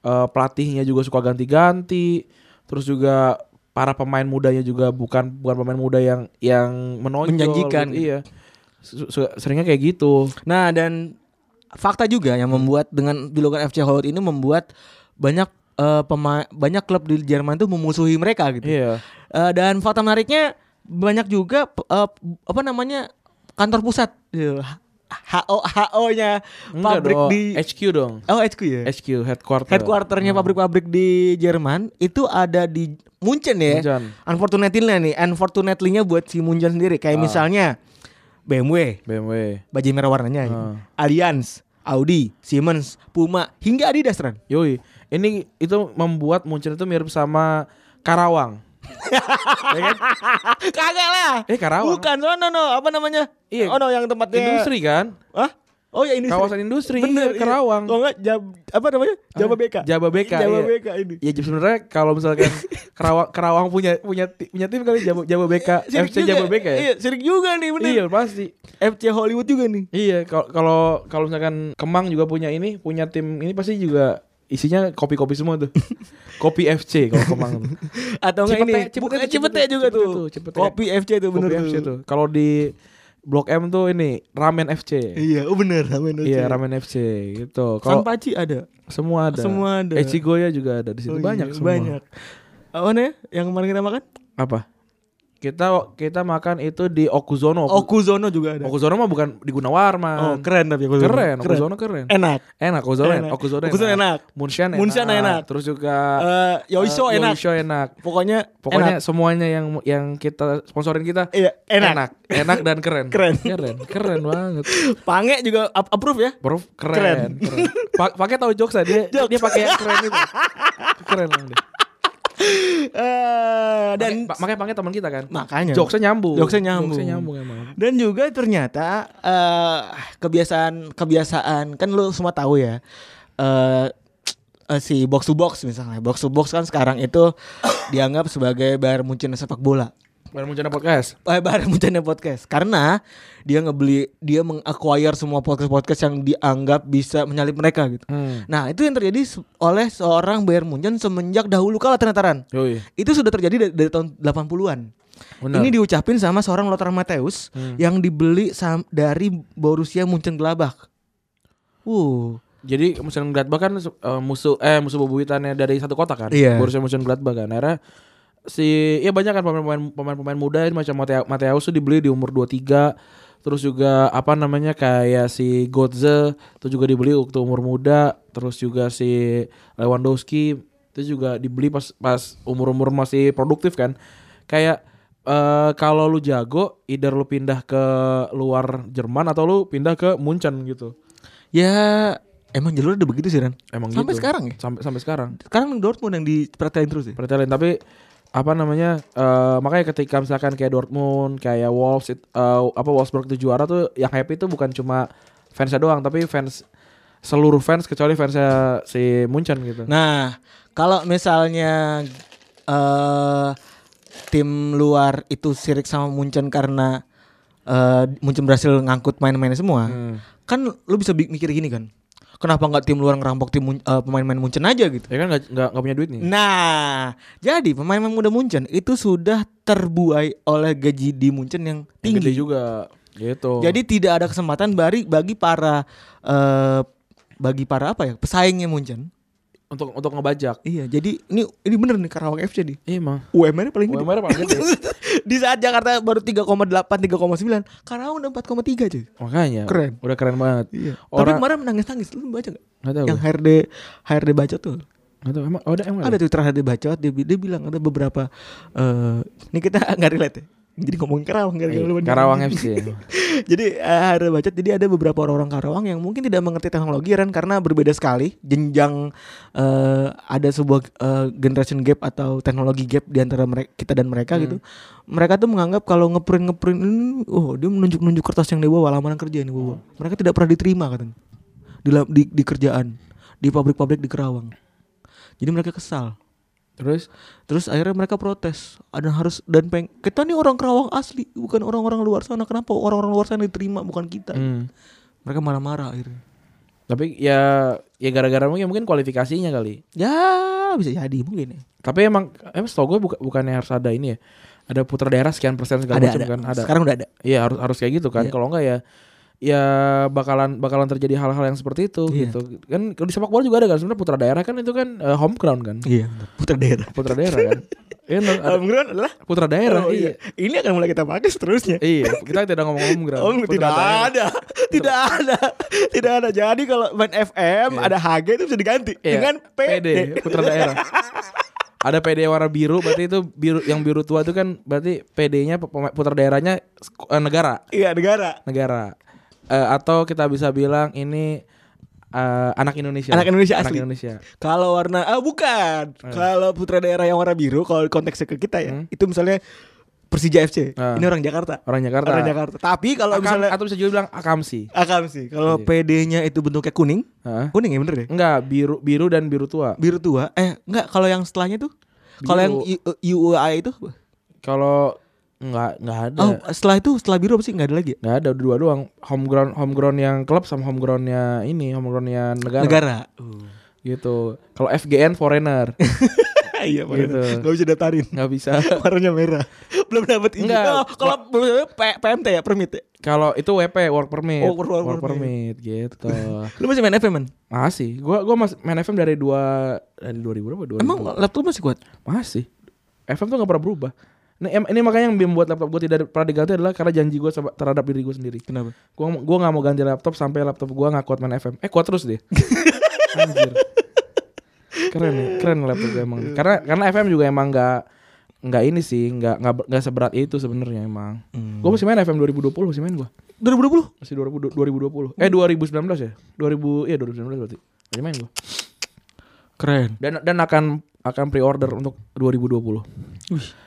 Speaker 3: eh, pelatihnya juga suka ganti-ganti terus juga para pemain mudanya juga bukan bukan pemain muda yang yang menonjol
Speaker 2: Menjanjikan.
Speaker 3: gitu. iya Su- su- seringnya kayak gitu
Speaker 2: Nah dan fakta juga yang membuat dengan julukan FC Hollywood ini membuat banyak eh, pema- banyak klub di Jerman tuh memusuhi mereka gitu.
Speaker 3: Iya.
Speaker 2: Eh, dan fakta menariknya banyak juga p- eh, apa namanya kantor pusat Iya. HO HO nya
Speaker 3: Enggak
Speaker 2: pabrik
Speaker 3: dong,
Speaker 2: di
Speaker 3: HQ dong.
Speaker 2: oh HQ ya.
Speaker 3: HQ headquarter.
Speaker 2: Headquarternya
Speaker 3: Hmm.
Speaker 2: pabrik-pabrik di Jerman itu ada di Munchen ya.
Speaker 3: Munchen.
Speaker 2: Unfortunately-nya nih, unfortunately-nya buat si Munchen sendiri.
Speaker 3: Ah.
Speaker 2: Kayak misalnya BMW,
Speaker 3: BMW.
Speaker 2: baju
Speaker 3: Ah.
Speaker 2: merah warnanya gitu. Allianz, Audi, Siemens, Puma hingga Adidas Ran.
Speaker 3: Yoi, Ini itu membuat Munchen itu mirip sama Karawang. ya kan?
Speaker 2: Ah, Kagak lah.
Speaker 3: Eh Karawang.
Speaker 2: Bukan sono no, apa namanya?
Speaker 3: Iya.
Speaker 2: Oh no yang tempatnya
Speaker 3: Industri kan?
Speaker 2: Hah? Oh ya industri.
Speaker 3: Kawasan industri.
Speaker 2: Bener,
Speaker 3: iya,
Speaker 2: iya.
Speaker 3: Karawang.
Speaker 2: Kalau enggak jab apa namanya? Jaba BK.
Speaker 3: Jaba BK.
Speaker 2: Jaba
Speaker 3: iya.
Speaker 2: BK ini.
Speaker 3: Ya jadi sebenarnya kalau misalkan Karawang Karawang punya punya ti- punya tim kali Jawa Jawa BK
Speaker 2: *laughs* Sirik
Speaker 3: FC Jawa BK ya.
Speaker 2: Iya, sirik juga nih bener.
Speaker 3: Iya pasti.
Speaker 2: FC Hollywood juga nih.
Speaker 3: Iya kalau kalau kalau misalkan Kemang juga punya ini punya tim ini pasti juga isinya kopi-kopi semua tuh. kopi FC kalau Kemang. tuh.
Speaker 2: Atau enggak ini?
Speaker 3: Cipete, Cipete
Speaker 2: Bukan,
Speaker 3: tuh,
Speaker 2: Cipete,
Speaker 3: Cipete.
Speaker 2: juga
Speaker 3: Cipete
Speaker 2: tuh.
Speaker 3: tuh, Cipete.
Speaker 2: Kopi FC tuh bener
Speaker 3: kopi FC tuh. Kalau di Blok M tuh ini Ramen FC.
Speaker 1: Iya, oh bener ramen Oce.
Speaker 3: Iya Ramen FC gitu.
Speaker 2: Sang
Speaker 3: Kalau
Speaker 2: Paci ada.
Speaker 3: semua ada.
Speaker 2: Semua ada.
Speaker 3: Echigoya juga ada di situ.
Speaker 2: Oh,
Speaker 3: banyak
Speaker 2: iya,
Speaker 3: semua.
Speaker 2: Banyak. Apa nih yang kemarin kita makan?
Speaker 3: Apa? Kita kita makan itu di Okuzono.
Speaker 2: Okuzono
Speaker 3: Okuzono,
Speaker 2: juga ada.
Speaker 3: Okuzono mah bukan di Gunawarman.
Speaker 2: Oh, keren tapi Okuzono.
Speaker 3: Hmm. Keren, Okuzono keren.
Speaker 2: Enak.
Speaker 3: Enak, Okuzono enak.
Speaker 2: Enak.
Speaker 3: Okuzono enak.
Speaker 2: Okuzono enak.
Speaker 3: Munshan enak.
Speaker 2: Munshan enak.
Speaker 3: Terus juga
Speaker 2: Eh, Yoiso
Speaker 3: eh,
Speaker 2: enak.
Speaker 3: Ah. Yoiso enak.
Speaker 2: Pokoknya enak.
Speaker 3: Pokoknya semuanya yang yang kita sponsorin kita
Speaker 2: Iya, enak.
Speaker 3: enak, Enak dan keren.
Speaker 2: Keren.
Speaker 3: Keren, keren banget.
Speaker 2: Pange juga up- approve ya.
Speaker 3: Bro, keren.
Speaker 2: Keren.
Speaker 3: keren. Pa- pakai tahu jokes ah, dia
Speaker 2: Jokes.
Speaker 3: dia pakai yang keren itu. Keren lang dia.
Speaker 2: Eh, dan
Speaker 3: Dan makanya pakai teman kita kan.
Speaker 2: Makanya.
Speaker 3: Jokesnya nyambung.
Speaker 2: Jokesnya nyambung.
Speaker 3: Jokesnya nyambung emang.
Speaker 2: Dan juga ternyata eh kebiasaan kebiasaan kan lu semua tahu ya. Eh eh, si box to box misalnya. Box to box kan sekarang itu dianggap sebagai bayar muncul sepak bola.
Speaker 3: Baru muncul podcast.
Speaker 2: Eh, Bayar Muncana Podcast karena dia ngebeli dia meng-acquire semua podcast-podcast yang dianggap bisa menyalip mereka gitu.
Speaker 3: Hmm.
Speaker 2: Nah, itu yang terjadi se- oleh seorang Bayern Munchen semenjak dahulu kala ternyata Ran.
Speaker 3: Yoi.
Speaker 2: Itu sudah terjadi dari, dari tahun 80-an.
Speaker 3: Benar.
Speaker 2: Ini diucapin sama seorang Lothar Matthäus yang dibeli sam- dari Borussia Mönchengladbach. Uh,
Speaker 3: Jadi Musen Gladbach kan eh, musuh eh musuh bebuyutannya dari satu kota kan.
Speaker 2: Iya.
Speaker 3: Borussia Musen Gladbach kan. Akhirnya si ya banyak kan pemain-pemain pemain-pemain muda ini macam Matea- Mateus tuh dibeli di umur 23 terus juga apa namanya kayak si Godze itu juga dibeli waktu umur muda terus juga si Lewandowski itu juga dibeli pas pas umur-umur masih produktif kan kayak eh kalau lu jago either lu pindah ke luar Jerman atau lu pindah ke Munchen gitu
Speaker 2: ya emang jalur udah begitu sih Ran.
Speaker 3: Emang
Speaker 2: Sampai
Speaker 3: gitu.
Speaker 2: sekarang ya?
Speaker 3: Sampai sampai sekarang.
Speaker 2: Sekarang Dortmund yang diperhatiin terus ya.
Speaker 3: Perhatiin tapi apa namanya? eh, makanya ketika misalkan kayak Dortmund, kayak Wolves it- eh, apa Wolfsburg itu juara tuh yang happy itu bukan cuma fansnya doang, tapi fans seluruh fans kecuali fansnya si Munchen gitu.
Speaker 2: Nah, kalau misalnya eh tim luar itu sirik sama Munchen karena eh Munchen berhasil ngangkut main-main semua,
Speaker 3: Hmm.
Speaker 2: kan lu bisa bi- mikir gini kan, kenapa nggak tim luar ngerampok tim Mun- eh, pemain-pemain Munchen aja gitu?
Speaker 3: Ya kan nggak nggak nggak punya duit nih.
Speaker 2: Nah, jadi pemain-pemain muda Munchen itu sudah terbuai oleh gaji di Munchen yang
Speaker 3: Yang
Speaker 2: tinggi.
Speaker 3: Gede juga gitu.
Speaker 2: Jadi tidak ada kesempatan bagi bagi para eh bagi para apa ya pesaingnya Munchen.
Speaker 3: untuk untuk ngebajak.
Speaker 2: Iya, jadi ini ini bener nih Karawang FC nih.
Speaker 3: Iya, Mang.
Speaker 2: UMR-nya paling gede.
Speaker 3: UMR paling gede.
Speaker 2: *laughs* Di saat Jakarta baru 3,8, 3,9, Karawang udah 4,3 cuy.
Speaker 3: Makanya
Speaker 2: Keren. Iya.
Speaker 3: Udah keren banget.
Speaker 2: Tapi
Speaker 3: Orang
Speaker 2: kemarin menangis-nangis, lu baca gak?
Speaker 3: nggak tahu.
Speaker 2: Yang HRD HRD baca tuh.
Speaker 3: Nggak tahu emang oh, ada emang.
Speaker 2: Ada Twitter HRD baca dia, bi- dia bilang ada beberapa eh ini kita *laughs* nggak relate ya. Jadi ngomongin Karawang gara-gara lu-
Speaker 3: Karawang FC.
Speaker 2: *laughs* jadi eh, HRD baca jadi ada beberapa orang-orang Karawang yang mungkin tidak mengerti teknologi Ren karena berbeda sekali jenjang eh, ada sebuah eh, generation gap atau teknologi gap di antara mereka kita dan mereka gitu. Mereka tuh menganggap kalau ngeprint ngeprint ini, oh dia menunjuk-nunjuk kertas yang dibawa lamaran kerja yang dibawa. Mereka tidak pernah diterima katanya. Di la- di, di kerjaan, di pabrik-pabrik di Karawang. Jadi mereka kesal.
Speaker 3: Terus
Speaker 2: Terus akhirnya mereka protes. Ada harus dan peng kita nih orang Kerawang asli, bukan orang-orang luar sana. Kenapa orang-orang luar sana diterima bukan kita?
Speaker 3: hmm.
Speaker 2: Mereka marah-marah akhirnya.
Speaker 3: Tapi ya ya gara-gara mungkin mungkin kualifikasinya kali.
Speaker 2: Ya bisa jadi mungkin ya.
Speaker 3: Tapi emang emang setahu gue buka, bukannya harus ada ini ya. Ada putra daerah sekian persen segala
Speaker 2: Ada,
Speaker 3: macam
Speaker 2: ada.
Speaker 3: kan ada.
Speaker 2: Sekarang udah ada.
Speaker 3: Iya harus harus kayak gitu kan. Kalau enggak ya ya bakalan bakalan terjadi hal-hal yang seperti itu
Speaker 2: Iya.
Speaker 3: gitu. Kan kalau di sepak bola juga ada kan sebenarnya putra daerah kan itu kan eh, home ground kan.
Speaker 2: Iya. Putra daerah.
Speaker 3: Putra daerah
Speaker 2: *laughs*
Speaker 3: kan. Iya, no, ada
Speaker 2: Homegrown adalah
Speaker 3: putra daerah.
Speaker 2: Oh,
Speaker 3: iya.
Speaker 2: iya. Ini akan mulai kita pakai seterusnya.
Speaker 3: Iya, kita tidak ngomong home ground.
Speaker 2: Oh,
Speaker 3: Putra
Speaker 2: tidak
Speaker 3: daerah.
Speaker 2: ada. Tidak ada. Tidak ada. Jadi kalau main FM ada HG itu bisa diganti
Speaker 3: Iya,
Speaker 2: dengan PD.
Speaker 3: putra daerah. Ada PD warna biru berarti itu biru yang biru tua itu kan berarti PD-nya pema- putra daerahnya eh, negara,
Speaker 2: Iya, negara.
Speaker 3: negara. Eh, atau kita bisa bilang ini eh, anak Indonesia.
Speaker 2: Anak Indonesia asli.
Speaker 3: Indonesia. Eh.
Speaker 2: Kalau warna ah bukan. Kalau putra daerah yang warna biru kalau konteksnya ke kita ya, itu misalnya Persija FC.
Speaker 3: Hmm. Ah.
Speaker 2: Ini orang Jakarta.
Speaker 3: Orang Jakarta.
Speaker 2: Orang Jakarta. Tapi kalau
Speaker 3: Akam-
Speaker 2: misalnya
Speaker 3: atau Iya. bisa juga bilang akamsi.
Speaker 2: akam sih. Kalau PD-nya itu bentuknya kuning.
Speaker 3: Heeh.
Speaker 2: Kuning ya bener ya?
Speaker 3: Enggak, biru biru dan biru tua.
Speaker 2: Biru tua. Eh, enggak kalau yang setelahnya tuh kalau yang UUI itu
Speaker 3: Kalau enggak enggak ada.
Speaker 2: Oh, setelah itu setelah biru apa sih enggak ada lagi ya?
Speaker 3: Enggak ada dua doang. Home ground home ground yang klub sama home groundnya ini, home groundnya negara. *laughs*
Speaker 2: Negara.
Speaker 3: Gitu. Kalau FGN foreigner. *laughs*
Speaker 2: Iya, gitu.
Speaker 3: Gitu.
Speaker 2: Gak bisa
Speaker 3: *laughs*
Speaker 2: daftarin.
Speaker 3: Enggak bisa.
Speaker 2: Warnanya merah. Belum dapat izin.
Speaker 3: Enggak.
Speaker 2: Oh, kalau belum dapat P- PMT ya, permit ya.
Speaker 3: Kalau itu WP work permit.
Speaker 2: Oh, work- work
Speaker 3: permit. gitu.
Speaker 2: Lu masih main FM, man?
Speaker 3: masih. Gua gua mas, main FM dari dua dari 2000 berapa? 2000.
Speaker 2: Emang laptop masih kuat?
Speaker 3: Masih. FM tuh gak pernah berubah. Nah, em- ini makanya yang membuat laptop gue tidak pernah diganti adalah karena janji gue terhadap diri gue sendiri.
Speaker 2: Kenapa?
Speaker 3: Gue gua nggak mau ganti laptop sampai laptop gue nggak kuat main FM. Eh kuat terus deh. Anjir. Keren ya, keren laptop gue emang. Karena karena FM juga emang nggak nggak ini sih, nggak nggak ber- nggak seberat itu sebenarnya emang. Gue masih main FM 2020 masih main gue.
Speaker 2: 2020?
Speaker 3: Masih 2000 2020. Eh 2019 ya? 2000 iya 2019 berarti. Masih main gue.
Speaker 2: Keren.
Speaker 3: Dan dan akan akan pre-order untuk 2020.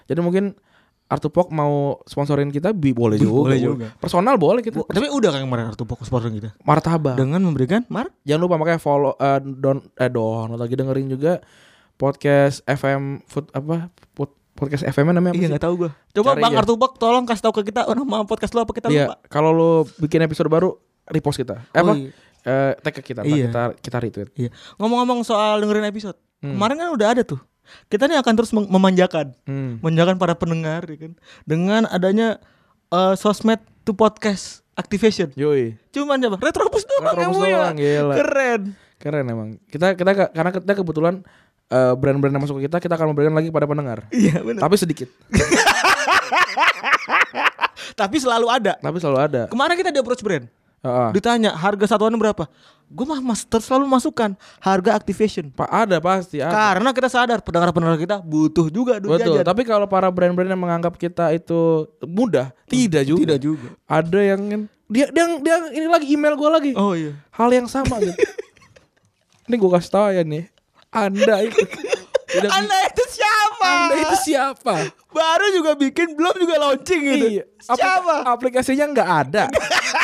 Speaker 3: Jadi mungkin Artupok mau sponsorin kita bi boleh juga.
Speaker 2: boleh juga.
Speaker 3: Personal boleh kita.
Speaker 2: Tapi udah kan kemarin kartu fokus partner kita
Speaker 3: Martabak.
Speaker 2: dengan memberikan Mar
Speaker 3: Jangan lupa makanya follow eh don eh download lagi dengerin juga podcast FM food apa Pod- podcast FM -nya namanya apa sih?
Speaker 2: Iya, nggak tahu gua. ya. Coba
Speaker 3: Cari
Speaker 2: Bang
Speaker 3: aja.
Speaker 2: Artubok tolong kasih tahu ke kita oh, nama podcast lu apa kita
Speaker 3: Iya,
Speaker 2: lupa.
Speaker 3: kalau lu bikin episode baru repost kita. Eh, apa?
Speaker 2: iya.
Speaker 3: Eh, tag ke kita, ntar
Speaker 2: Iya.
Speaker 3: kita kita retweet.
Speaker 2: Iya. Ngomong-ngomong soal dengerin episode. Kemarin kan udah ada tuh. Kita nih akan terus mem- memanjakan,
Speaker 3: Hmm.
Speaker 2: memanjakan para pendengar ya kan dengan adanya eh, sosmed to podcast activation.
Speaker 3: Yoi.
Speaker 2: Cuman coba Retropus doang
Speaker 3: Retropus
Speaker 2: yang punya.
Speaker 3: doang, gila.
Speaker 2: Keren.
Speaker 3: Keren emang. Kita kita ke- karena kita kebetulan eh, brand-brand yang masuk ke kita kita akan memberikan lagi pada pendengar.
Speaker 2: Iya benar.
Speaker 3: Tapi sedikit.
Speaker 2: Tapi selalu ada.
Speaker 3: Tapi selalu ada.
Speaker 2: Kemarin kita di approach brand.
Speaker 3: Heeh.
Speaker 2: Ditanya harga satuannya berapa? Gue mah master selalu masukkan harga activation.
Speaker 3: Pa- ada pasti ada.
Speaker 2: Karena kita sadar pendengar-pendengar kita butuh juga duit
Speaker 3: Ah. Betul.
Speaker 2: jajan.
Speaker 3: Tapi kalau para brand-brand yang menganggap kita itu mudah, Hmm, tidak juga.
Speaker 2: Tidak juga.
Speaker 3: Ada yang dia dia dia ini lagi email gue lagi.
Speaker 2: Oh iya.
Speaker 3: Hal yang sama gitu. *laughs* ini gue kasih tau ya nih. Anda *laughs* itu tidak bi-
Speaker 2: Anda itu siapa?
Speaker 3: Anda itu siapa?
Speaker 2: Baru juga bikin, belum juga launching gitu.
Speaker 3: Iya. Apli-
Speaker 2: Siapa?
Speaker 3: aplikasinya nggak ada.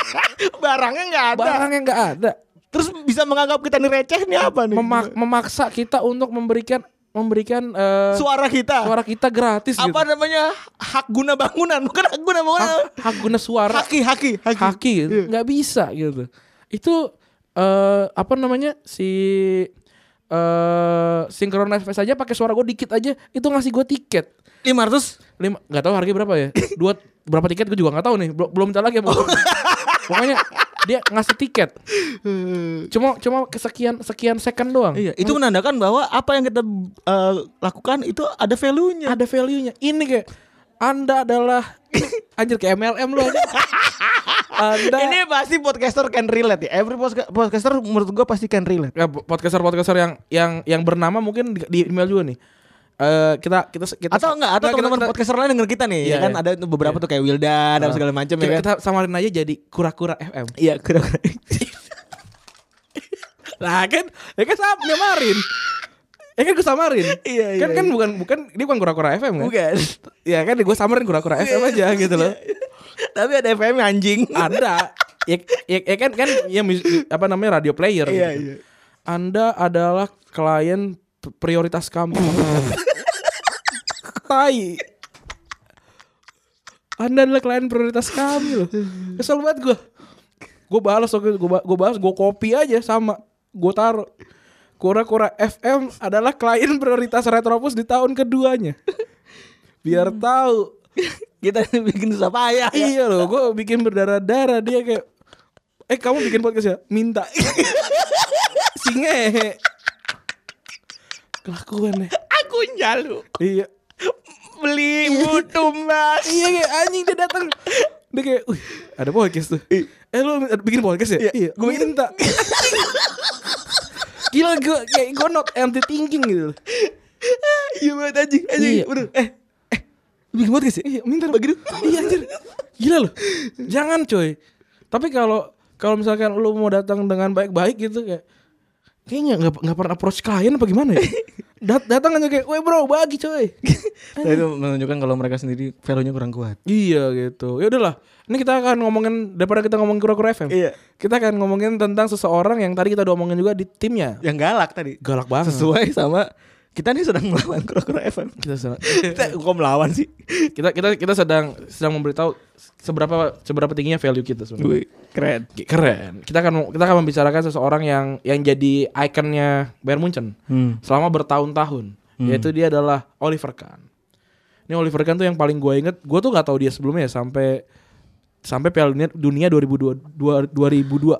Speaker 2: *laughs* Barangnya nggak ada.
Speaker 3: Barangnya nggak ada.
Speaker 2: Terus bisa menganggap kita nih receh nih apa nih?
Speaker 3: Memak- memaksa kita untuk memberikan memberikan eh,
Speaker 2: Suara kita.
Speaker 3: suara kita gratis
Speaker 2: apa
Speaker 3: gitu.
Speaker 2: namanya? Hak guna bangunan, bukan hak guna bangunan.
Speaker 3: Hak, hak guna suara.
Speaker 2: Haki, haki, haki.
Speaker 3: haki gitu.
Speaker 2: Iya.
Speaker 3: nggak bisa gitu itu eh apa namanya si eh synchronize fest aja pakai suara gue dikit aja itu ngasih gue tiket
Speaker 2: 500
Speaker 3: lima nggak tahu harganya
Speaker 2: *laughs*
Speaker 3: berapa ya dua berapa tiket gue juga nggak tahu nih belum belum minta
Speaker 2: Oh.
Speaker 3: lagi sama gua. pokoknya dia ngasih tiket cuma cuma kesekian sekian second doang
Speaker 2: Iya, itu menandakan bahwa apa yang kita eh, lakukan itu ada value-nya.
Speaker 3: ada value nya ini kayak anda
Speaker 2: *laughs*
Speaker 3: adalah anjir kayak MLM lu anjir. anda
Speaker 2: Ini pasti podcaster can relate ya. Every podca- podcaster menurut gua pasti can relate.
Speaker 3: ya podcaster podcaster yang yang yang bernama mungkin di, di email juga nih Eh kita kita kita
Speaker 2: Atau enggak, atau
Speaker 3: kita-
Speaker 2: teman-teman
Speaker 3: kita-
Speaker 2: podcaster lain denger kita nih,
Speaker 3: Iya,
Speaker 2: ya kan
Speaker 3: iya. Ah.
Speaker 2: ada beberapa tuh kayak Wildan dan segala macam
Speaker 3: kita,
Speaker 2: ya kan.
Speaker 3: kita samarin aja jadi kura-kura FM
Speaker 2: Iya, kira
Speaker 3: lah kan ya kan sama nyamarin ya kan gue *laughs* samarin
Speaker 2: Iya, iya,
Speaker 3: kan kan bukan bukan ini bukan kura-kura FM kan
Speaker 2: Bukan.
Speaker 3: ya kan gue samarin kura-kura FM aja gitu loh
Speaker 2: Tapi ada FM anjing.
Speaker 3: ada ya, ya, ya kan kan ya mus- apa namanya radio player
Speaker 2: Iya,
Speaker 3: gitu.
Speaker 2: iya.
Speaker 3: Anda adalah klien p- prioritas kami. Tai. Anda adalah klien prioritas kami loh. Kesel banget gue. Gue balas waktu gue gue balas gue copy aja sama gue taruh. Kura-kura FM adalah klien prioritas Retropus di tahun keduanya. Biar tahu.
Speaker 2: Kita *laughs* bikin susah payah. ya.
Speaker 3: Iya loh, gue bikin berdarah-darah dia kayak Eh kamu bikin podcast ya? Minta Singe Kelakuan ya
Speaker 2: Aku nyalu
Speaker 3: Iya
Speaker 2: beli butuh mas.
Speaker 3: Iya kayak anjing dia datang Dia kayak Wih ada podcast tuh Eh lu bikin podcast ya? Iya Gue minta Gila gue kayak gue not empty thinking gitu loh
Speaker 2: Iya banget anjing, anjing.
Speaker 3: Iya.
Speaker 2: Bener. Eh, eh. Bikin podcast ya?
Speaker 3: *laughs* Iya, minta dong. Iya anjir. Gila loh. Jangan coy. Tapi kalau kalau misalkan lu mau datang dengan baik-baik gitu kayak kayaknya nggak nggak pernah approach klien apa gimana
Speaker 2: *laughs*
Speaker 3: ya Dat- datang aja kayak, weh bro bagi coy
Speaker 1: Nah, itu menunjukkan kalau mereka sendiri value-nya kurang kuat.
Speaker 3: Iya gitu. Ya udahlah. Ini kita akan ngomongin daripada kita ngomongin kura-kura FM.
Speaker 1: Iya.
Speaker 3: Kita akan ngomongin tentang seseorang yang tadi kita udah omongin juga di timnya.
Speaker 1: Yang galak tadi.
Speaker 3: Galak banget.
Speaker 1: Sesuai sama kita nih sedang melawan kura-kura FM.
Speaker 3: Kita
Speaker 2: *laughs*
Speaker 3: sedang,
Speaker 1: kita kok melawan sih?
Speaker 3: kita kita kita sedang sedang memberitahu seberapa seberapa tingginya value kita sebenarnya.
Speaker 1: Gue keren.
Speaker 3: Ki- Keren. Kita akan kita akan membicarakan seseorang yang yang jadi ikonnya Bayern Munchen selama bertahun-tahun. Yaitu dia adalah Oliver Kahn. Ini Oliver Kahn tuh yang paling gue inget. Gue tuh nggak tahu dia sebelumnya ya, sampai sampai Piala Dunia- Dunia 2002 2002.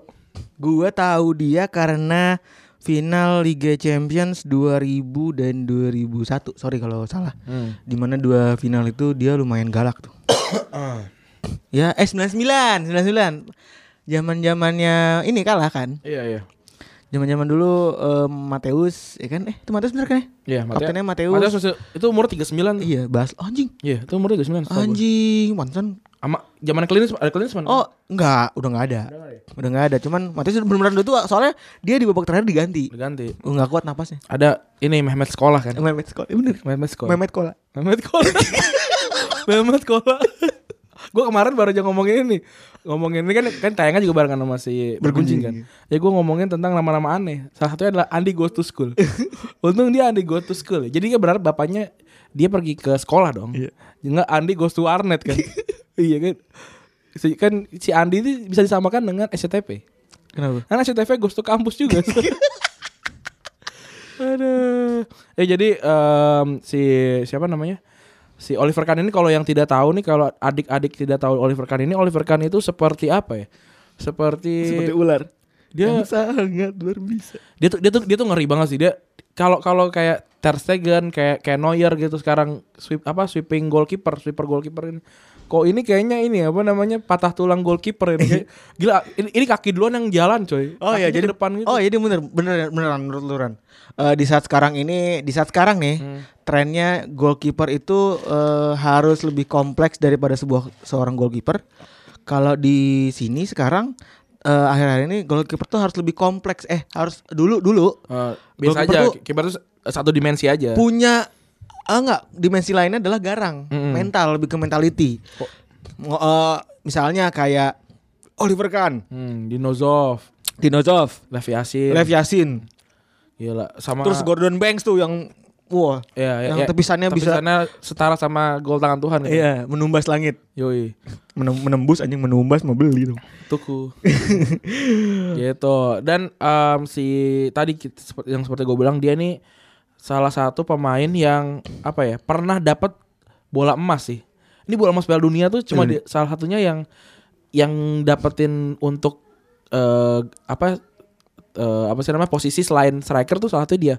Speaker 2: Gua tahu dia karena final Liga Champions 2000 dan 2001. Sorry kalau salah. Dimana dua final itu dia lumayan galak tuh. ya, eh 99, 99. Zaman-zamannya ini kalah kan.
Speaker 3: Iya iya.
Speaker 2: Zaman-zaman dulu eh, Mateus, ya kan? Eh, itu Mateus bener kan ya?
Speaker 3: Iya, Mate-
Speaker 2: Kaptennya Mateus.
Speaker 3: Mateus masih- itu umur 39. Iya,
Speaker 2: Iya, bahas anjing.
Speaker 3: itu umur 39. setahu gua.
Speaker 2: Anjing, mantan.
Speaker 3: Sama zaman klinis ada klinis mana?
Speaker 2: Oh, enggak, udah enggak ada. Udah enggak ada. Cuman Mateus benar-benar udah tua. Soalnya dia di babak terakhir diganti.
Speaker 3: ganti.
Speaker 2: Enggak kuat napasnya.
Speaker 3: Ada ini Mehmet sekolah kan?
Speaker 2: Mehmet Kola, eh, bener.
Speaker 3: Mehmet sekolah.
Speaker 2: Mehmet Kola.
Speaker 3: Mehmet sekolah. Mehmet sekolah. gue kemarin baru aja ngomongin ini ngomongin ini kan kan tayangan juga barengan sama si bergunjing kan ya gue ngomongin tentang nama-nama aneh salah satunya adalah Andi goes to school untung dia Andi goes to school ya. jadi dia berharap bapaknya dia pergi ke sekolah dong nggak Andi goes to warnet kan iya kan si, kan si Andi ini bisa disamakan dengan SCTP
Speaker 2: Kenapa?
Speaker 3: karena SCTV goes to kampus
Speaker 2: *laughs*
Speaker 3: juga. Aduh. Ya jadi em, si siapa namanya? Si Oliver Kahn ini kalau yang tidak tahu nih kalau adik-adik tidak tahu Oliver Kahn ini Oliver Kahn itu seperti apa ya? Seperti,
Speaker 1: Seperti ular.
Speaker 3: dia
Speaker 1: Yang sangat berbisa.
Speaker 3: dia tuh dia tuh dia tuh ngeri banget sih dia kalau kalau kayak Ter Stegen kayak kayak Neuer gitu sekarang sweep apa sweeping goalkeeper sweeper goalkeeper ini kok ini kayaknya ini apa namanya patah tulang goalkeeper
Speaker 2: *laughs*
Speaker 3: ini Kayak- gila ini, ini kaki duluan yang jalan coy
Speaker 2: Oh
Speaker 3: Kakinya
Speaker 2: iya
Speaker 3: ke
Speaker 2: jadi
Speaker 3: depan gitu
Speaker 2: Oh iya dia bener bener beneran menurut lu Ran. Eh, di saat sekarang ini di saat sekarang nih trennya goalkeeper itu eh, harus lebih kompleks daripada sebuah seorang goalkeeper. Kalau di sini sekarang eh, akhir-akhir ini goalkeeper tuh harus lebih kompleks eh harus dulu dulu
Speaker 3: Eh, biasa
Speaker 2: Goalkeeper
Speaker 3: aja
Speaker 2: tuh-
Speaker 3: kiper tuh satu dimensi aja
Speaker 2: punya ah enggak dimensi lainnya adalah garang mental lebih ke mentality. Ngo- eh, misalnya kayak Oliver Kahn,
Speaker 3: hmm, Dinozov
Speaker 2: Dinozov,
Speaker 3: Levi Asin
Speaker 2: Lev Yashin,
Speaker 3: gila sama
Speaker 2: Terus Gordon Banks tuh yang wah
Speaker 3: ya, ya,
Speaker 2: yang
Speaker 3: ya,
Speaker 2: Iya, tepisannya bisa
Speaker 3: tepisannya setara sama gol tangan Tuhan kan?
Speaker 2: iya menumbas langit.
Speaker 3: yoi
Speaker 2: Menem- menembus anjing menumbas mau beli tuh.
Speaker 3: *laughs* tuku gitu dan em, si tadi kita- seperti- yang seperti gue bilang dia nih salah satu pemain yang apa ya pernah dapat bola emas sih ini bola emas Piala Dunia tuh cuma di- salah satunya yang yang dapetin untuk eh, apa eh, apa sih namanya posisi selain striker tuh salah satunya dia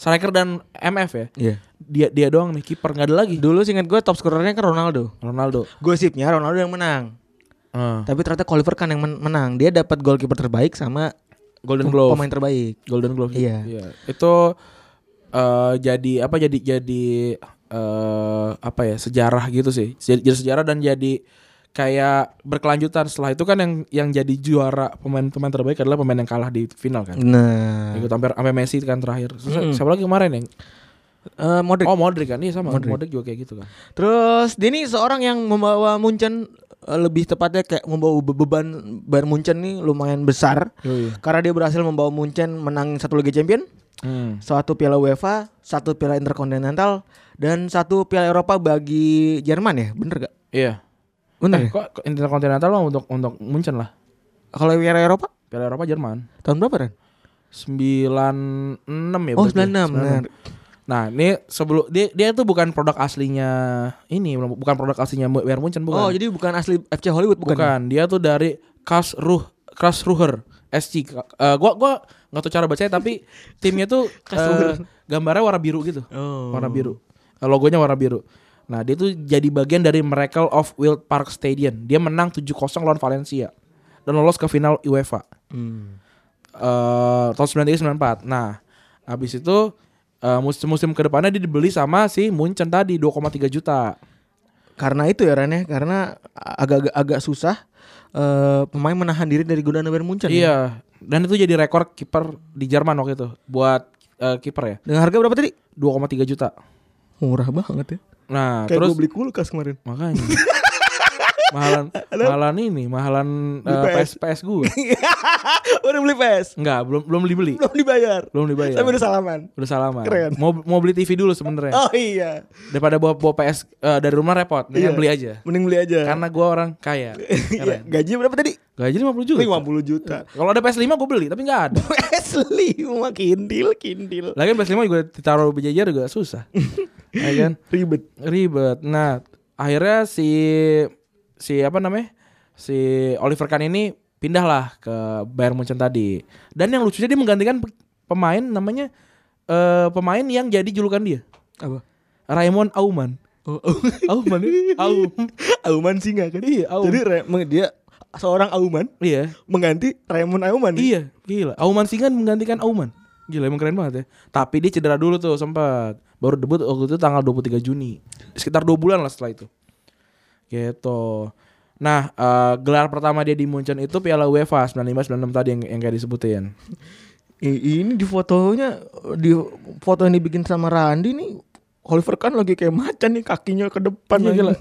Speaker 3: striker dan MF ya
Speaker 2: Iya.
Speaker 3: dia dia doang nih kiper nggak ada lagi
Speaker 2: Dulu singkat gue top scorernya kan Ronaldo.
Speaker 3: Ronaldo
Speaker 2: Gosipnya Ronaldo yang menang.
Speaker 3: Eh,
Speaker 2: Tapi ternyata Oliver Kahn yang men- menang. Dia dapat goalkeeper terbaik sama
Speaker 3: Golden
Speaker 2: pem-
Speaker 3: Glove
Speaker 2: pemain terbaik.
Speaker 3: Golden Glove.
Speaker 2: Iya.
Speaker 3: Itu eh jadi apa jadi jadi eh apa ya sejarah gitu sih. Jadi, jadi sejarah dan jadi kayak berkelanjutan. Setelah itu kan yang yang jadi juara pemain-pemain terbaik adalah pemain yang kalah di final kan.
Speaker 2: Nah,
Speaker 3: Ikut sampai sampai Messi kan terakhir. Terus Siapa lagi kemarin yang
Speaker 2: eh, Modric.
Speaker 3: Oh Modric kan. Iya sama. Modric. juga kayak gitu kan.
Speaker 2: Terus dia ini seorang yang membawa Munchen eh, lebih tepatnya kayak membawa be- beban Bayern Munchen nih lumayan besar.
Speaker 3: Yoi.
Speaker 2: Karena dia berhasil membawa Munchen menang satu Liga Champion.
Speaker 3: Hmm.
Speaker 2: satu Piala UEFA, satu Piala Interkontinental, dan satu Piala Eropa bagi Jerman ya, bener gak?
Speaker 3: Iya.
Speaker 2: Bener. ya?
Speaker 3: Eh, kok kok Interkontinental mah untuk untuk Munchen lah.
Speaker 2: Kalau Piala Eropa
Speaker 3: Piala Eropa Jerman.
Speaker 2: tahun berapa Ren?
Speaker 3: 96 ya
Speaker 2: Oh, 96,
Speaker 3: berarti.
Speaker 2: benar.
Speaker 3: Nah, ini sebelum dia dia itu bukan produk aslinya ini bukan produk aslinya Bayern Munchen
Speaker 2: Oh
Speaker 3: bukan.
Speaker 2: jadi bukan asli FC Hollywood bukan? ya?
Speaker 3: bukan. Dia tuh dari Kasruh Kasruher SC. Eh, gua gua nggak tahu cara bacanya
Speaker 2: *laughs*
Speaker 3: tapi timnya tuh eh, gambarnya warna biru gitu.
Speaker 2: Oh.
Speaker 3: Warna biru. Eh, Logonya warna biru. Nah, dia tuh jadi bagian dari Miracle of Wild Park Stadium. Dia menang 7-0 lawan Valencia dan lolos ke final UEFA
Speaker 2: Hmm.
Speaker 3: eh tahun 93 94. Nah, habis itu eh, musim-musim kedepannya dia dibeli sama si Munchen tadi 2,3 juta.
Speaker 2: karena itu ya Ren ya, karena agak-agak agak susah eh, pemain menahan diri dari godaan
Speaker 1: ya?
Speaker 2: Bayern Munchen.
Speaker 3: Iya. Dan itu jadi rekor kiper di Jerman waktu itu buat eh, kiper ya.
Speaker 2: Dengan harga berapa tadi?
Speaker 3: 2,3 juta.
Speaker 2: Murah banget ya.
Speaker 3: Nah,
Speaker 1: Kayak
Speaker 3: terus
Speaker 1: gue beli kulkas kemarin.
Speaker 3: makanya *laughs* mahalan mahalan ini, mahalan eh, PS PS gue.
Speaker 1: *laughs* Udah beli PS.
Speaker 3: Enggak, belum belum dibeli.
Speaker 1: Belum dibayar.
Speaker 3: Belum dibayar. Eh.
Speaker 1: Tapi udah salaman.
Speaker 3: Udah salaman.
Speaker 1: Keren.
Speaker 3: Mau mau beli TV dulu sebenarnya.
Speaker 1: Oh iya.
Speaker 3: Daripada bawa bawa PS eh, dari rumah repot,
Speaker 1: Iya.
Speaker 3: mendingan beli aja.
Speaker 1: Mending beli aja.
Speaker 3: Karena gue orang kaya.
Speaker 1: *laughs* Iya. Gaji berapa tadi?
Speaker 3: Gaji 50 juta.
Speaker 1: 50 juta. *laughs*
Speaker 3: Kalau ada PS5 gue beli, tapi nggak ada.
Speaker 1: PS 5 kindil kindil.
Speaker 3: Lagian PS5 juga ditaruh berjajar juga *laughs* susah. ya kan?
Speaker 1: Ribet.
Speaker 3: Ribet. Nah, akhirnya si si apa namanya? Si Oliver Kahn ini pindahlah ke Bayern Munchen tadi. Dan yang lucunya dia menggantikan pe- pemain namanya eh, pemain yang jadi julukan dia.
Speaker 2: Apa?
Speaker 3: Raymond *laughs* ya? Auman.
Speaker 2: *laughs*
Speaker 3: Auman.
Speaker 1: Oh,
Speaker 3: Aum.
Speaker 1: Auman singa kan?
Speaker 3: Iya, Aum.
Speaker 1: Jadi Re- meng- dia seorang Auman
Speaker 3: Iya.
Speaker 1: mengganti Raymond Auman.
Speaker 3: Iya, gila. Auman Singan menggantikan Auman. Gila emang keren banget ya. Tapi dia cedera dulu tuh sempat. Baru debut waktu itu tanggal 23 Juni. Sekitar 2 bulan lah setelah itu. Gitu. Nah, eh, gelar pertama dia di Munchen itu Piala UEFA 95 96 tadi yang yang kayak disebutin.
Speaker 2: I- Ini di fotonya di foto yang dibikin sama Randy nih Oliver kan lagi kayak macan nih kakinya ke depan
Speaker 3: Iya,
Speaker 2: lagi.
Speaker 3: gila.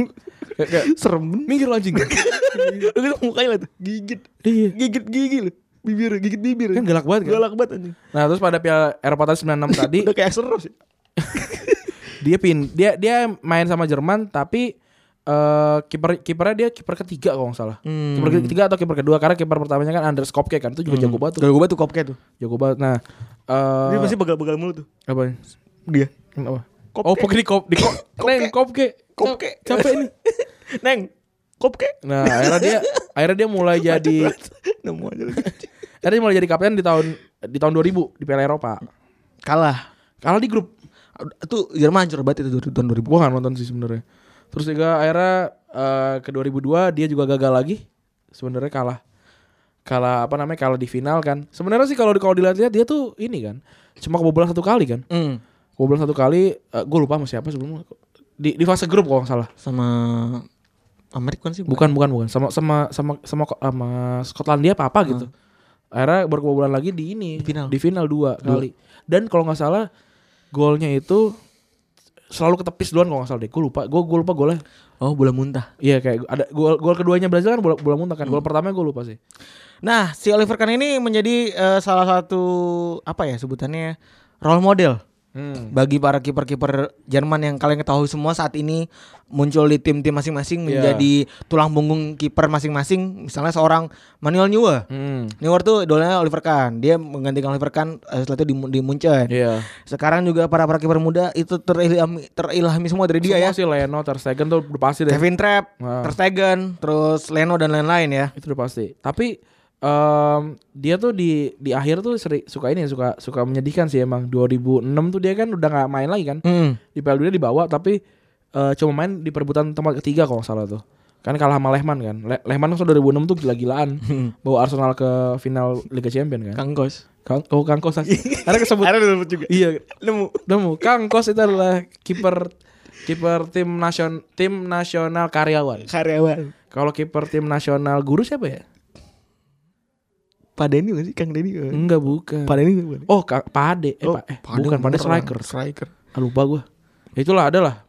Speaker 3: Kayak- kayak,
Speaker 2: *laughs* Serem bener.
Speaker 3: Minggir lo anjing.
Speaker 1: Lu *laughs* gitu mukanya liat gigit.
Speaker 3: Iya.
Speaker 1: Gigit gigi lu. Bibir gigit bibir.
Speaker 3: Kan gelak banget kan?
Speaker 1: Galak banget anjing.
Speaker 3: *laughs* Nah, terus pada Piala Eropa tahun 96 tadi
Speaker 1: Udah kayak seru
Speaker 2: *laughs*
Speaker 1: sih.
Speaker 3: dia pin dia dia main sama Jerman tapi eh kiper kipernya dia kiper ketiga kalau nggak salah. Kiper ketiga atau kiper kedua karena kiper pertamanya kan Anders Kopke kan itu juga jago banget tuh.
Speaker 2: Kalau gue tuh kopke tuh.
Speaker 3: Jago banget. Nah, eh
Speaker 1: Dia pasti begal-begal mulu tuh.
Speaker 3: apa? ini?
Speaker 1: Dia.
Speaker 3: Apa?
Speaker 1: Kopke.
Speaker 3: Oh, pokoknya di kop di kop. Neng, Kopke.
Speaker 1: Kopke.
Speaker 3: Cap- Capek nih.
Speaker 1: *laughs* Neng. Kopke.
Speaker 3: Nah, akhirnya
Speaker 1: *laughs*
Speaker 3: dia akhirnya dia mulai jadi
Speaker 1: Nemu aja lagi.
Speaker 3: akhirnya dia mulai jadi kapten di tahun di tahun 2000 di Piala Eropa.
Speaker 2: Kalah.
Speaker 3: Kalah di grup.
Speaker 2: Itu Jerman hancur banget itu tahun 2000.
Speaker 3: Gua nggak nonton sih sebenarnya. Terus juga akhirnya eh, ke 2002 dia juga gagal lagi. Sebenarnya kalah. Kalah apa namanya? Kalah di final kan. Sebenarnya sih kalau kalau dilihat-lihat dia tuh ini kan. Cuma kebobolan satu kali kan.
Speaker 2: Hmm.
Speaker 3: Kebobolan satu kali eh, gue lupa sama siapa sebelumnya. Di, di fase grup kalau nggak salah.
Speaker 2: Sama Amerika kan sih
Speaker 3: Bukan bukan bukan sama sama sama sama ko- sama Skotlandia apa apa gitu. Akhirnya baru kebobolan lagi di ini
Speaker 2: Di final.
Speaker 3: di final dua, kali. Dan kalau nggak salah golnya itu selalu ketepis duluan kalau nggak salah deh. Gue lupa, gue gue lupa golnya.
Speaker 2: Oh, bola muntah.
Speaker 3: Iya kayak ada gol gol keduanya Brazil kan bola, bola muntah kan. Gol pertamanya gue lupa sih.
Speaker 2: Nah, si Oliver Kahn ini menjadi eh, salah satu apa ya sebutannya role model
Speaker 3: Hmm.
Speaker 2: bagi para kiper-kiper Jerman yang kalian ketahui semua saat ini muncul di tim-tim masing-masing
Speaker 3: Iya.
Speaker 2: menjadi tulang punggung kiper masing-masing. Misalnya seorang Manuel Neuer.
Speaker 3: Hmm.
Speaker 2: Neuer tuh idolanya Oliver Kahn. Dia menggantikan Oliver Kahn eh, setelah itu di, di Munchen.
Speaker 3: Iya.
Speaker 2: Sekarang juga para para kiper muda itu terilhami terilhami semua dari dia
Speaker 3: Dia
Speaker 2: ya.
Speaker 3: Semua sih Leno, Ter Stegen tuh udah pasti deh.
Speaker 2: Kevin Trapp,
Speaker 3: Wah.
Speaker 2: Ter Stegen, terus Leno dan lain-lain ya.
Speaker 3: Itu udah pasti. Tapi em, dia tuh di di akhir tuh seri, suka ini suka suka menyedihkan sih emang. 2006 tuh dia kan udah nggak main lagi kan.
Speaker 2: Hmm.
Speaker 3: Di Piala Dunia dibawa tapi eh, cuma main di perebutan tempat ketiga kalau nggak salah tuh. Kan kalah sama Lehman kan. Le- Lehman kan 2006 tuh gila-gilaan bawa Arsenal ke final Liga Champion kan.
Speaker 2: Kang Kos.
Speaker 3: Kang, oh Kang Kos.
Speaker 2: *laughs*
Speaker 3: Karena kesebut
Speaker 1: Ada dapat juga.
Speaker 3: Iya,
Speaker 1: Nemu.
Speaker 3: Nemu Kang Kos itu adalah kiper kiper tim nasion tim nasional karyawan.
Speaker 1: Karyawan.
Speaker 3: Kalau kiper tim nasional guru siapa ya?
Speaker 1: Pak Denny gak sih? Kang Denny gak?
Speaker 2: Hmm.
Speaker 3: Enggak bukan.
Speaker 1: Pak Denny bukan?
Speaker 3: Oh, Ka- Pade. Eh,
Speaker 1: Oh,
Speaker 3: Pa- eh, bukan Pade striker.
Speaker 1: Striker.
Speaker 3: Ah, lupa gua. Ya itulah adalah.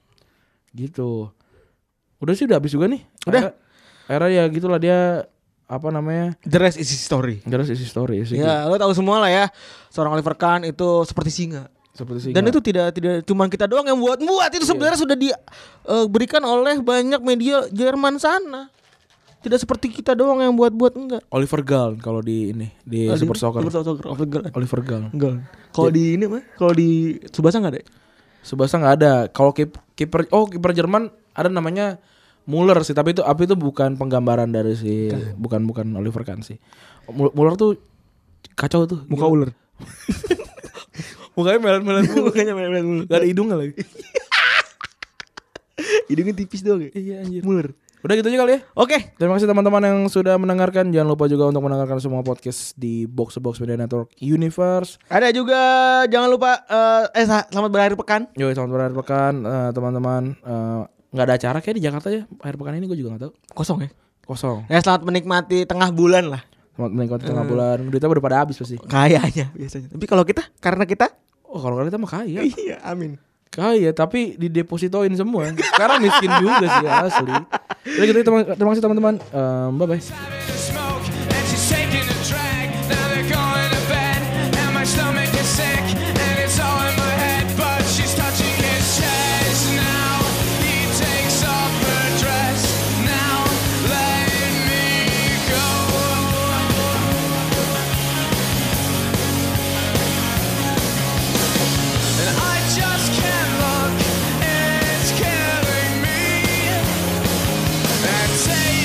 Speaker 3: Gitu. Udah sih udah habis juga nih.
Speaker 2: Udah.
Speaker 3: Era ya gitulah dia apa namanya?
Speaker 2: The rest is history.
Speaker 3: Jelas isi gitu. story sih.
Speaker 1: Iya.
Speaker 2: Ya, lo tahu semua lah ya. Seorang Oliver Kahn itu seperti singa.
Speaker 3: Seperti sih.
Speaker 2: Dan itu tidak tidak cuman kita doang yang buat buat
Speaker 1: Iya.
Speaker 2: itu sebenarnya sudah diberikan oleh banyak media Jerman sana. Tidak seperti kita doang yang buat buat enggak.
Speaker 3: Oliver Galn kalau di ini di
Speaker 2: Tadi-
Speaker 3: Super Soccer.
Speaker 2: Super Soccer. Oliver Kahn.
Speaker 3: Oliver Galn.
Speaker 1: Enggak. Kalau di ini mah, kalau di Subasa enggak
Speaker 2: *laughs*
Speaker 1: ada. ya?
Speaker 3: Subasa nggak ada. Kalau kip- kiper oh kiper Jerman ada namanya Muller sih, tapi itu tapi itu bukan penggambaran dari si bukan bukan Oliver Kahn sih. Mul- Muller tuh kacau tuh.
Speaker 1: Muka ular.
Speaker 3: *laughs* Mukanya melan-melan
Speaker 2: *laughs*
Speaker 3: mulu.
Speaker 1: Mukanya melet mulu.
Speaker 3: Gak ada hidungnya lagi.
Speaker 2: kan
Speaker 1: Hidungnya tipis doang ya.
Speaker 3: iya anjir.
Speaker 1: Muler.
Speaker 3: Udah gitu aja kali ya.
Speaker 2: Oke,
Speaker 3: Terima kasih teman-teman yang sudah mendengarkan. Jangan lupa juga untuk mendengarkan semua podcast di Box to Box Media Network Universe.
Speaker 2: ada juga jangan lupa eh eh, sa- selamat berakhir pekan.
Speaker 3: Yo, selamat berhari pekan eh, teman-teman. Eh, nggak ada acara kayak di Jakarta ya akhir pekan ini gue juga nggak tahu
Speaker 2: Kosong ya.
Speaker 3: kosong Eh.
Speaker 2: Ya selamat menikmati tengah bulan lah.
Speaker 3: selamat menikmati tengah bulan duitnya udah pada habis pasti
Speaker 2: Kayaknya biasanya. Tapi kalau kita karena kita
Speaker 3: oh kalau kita mah kaya
Speaker 2: iya amin.
Speaker 3: Kaya tapi didepositoin semua. Sekarang miskin juga sih asli. Jadi gitu teman terima kasih teman-teman. Eh, bye bye.
Speaker 4: Out of smoke, and she's taking a drag. Now they're going to bed, and my stomach is sick, and it's all in my head. But she's touching his chest now. He takes off her dress now. Let me go. And I just can't look. It's killing me. And take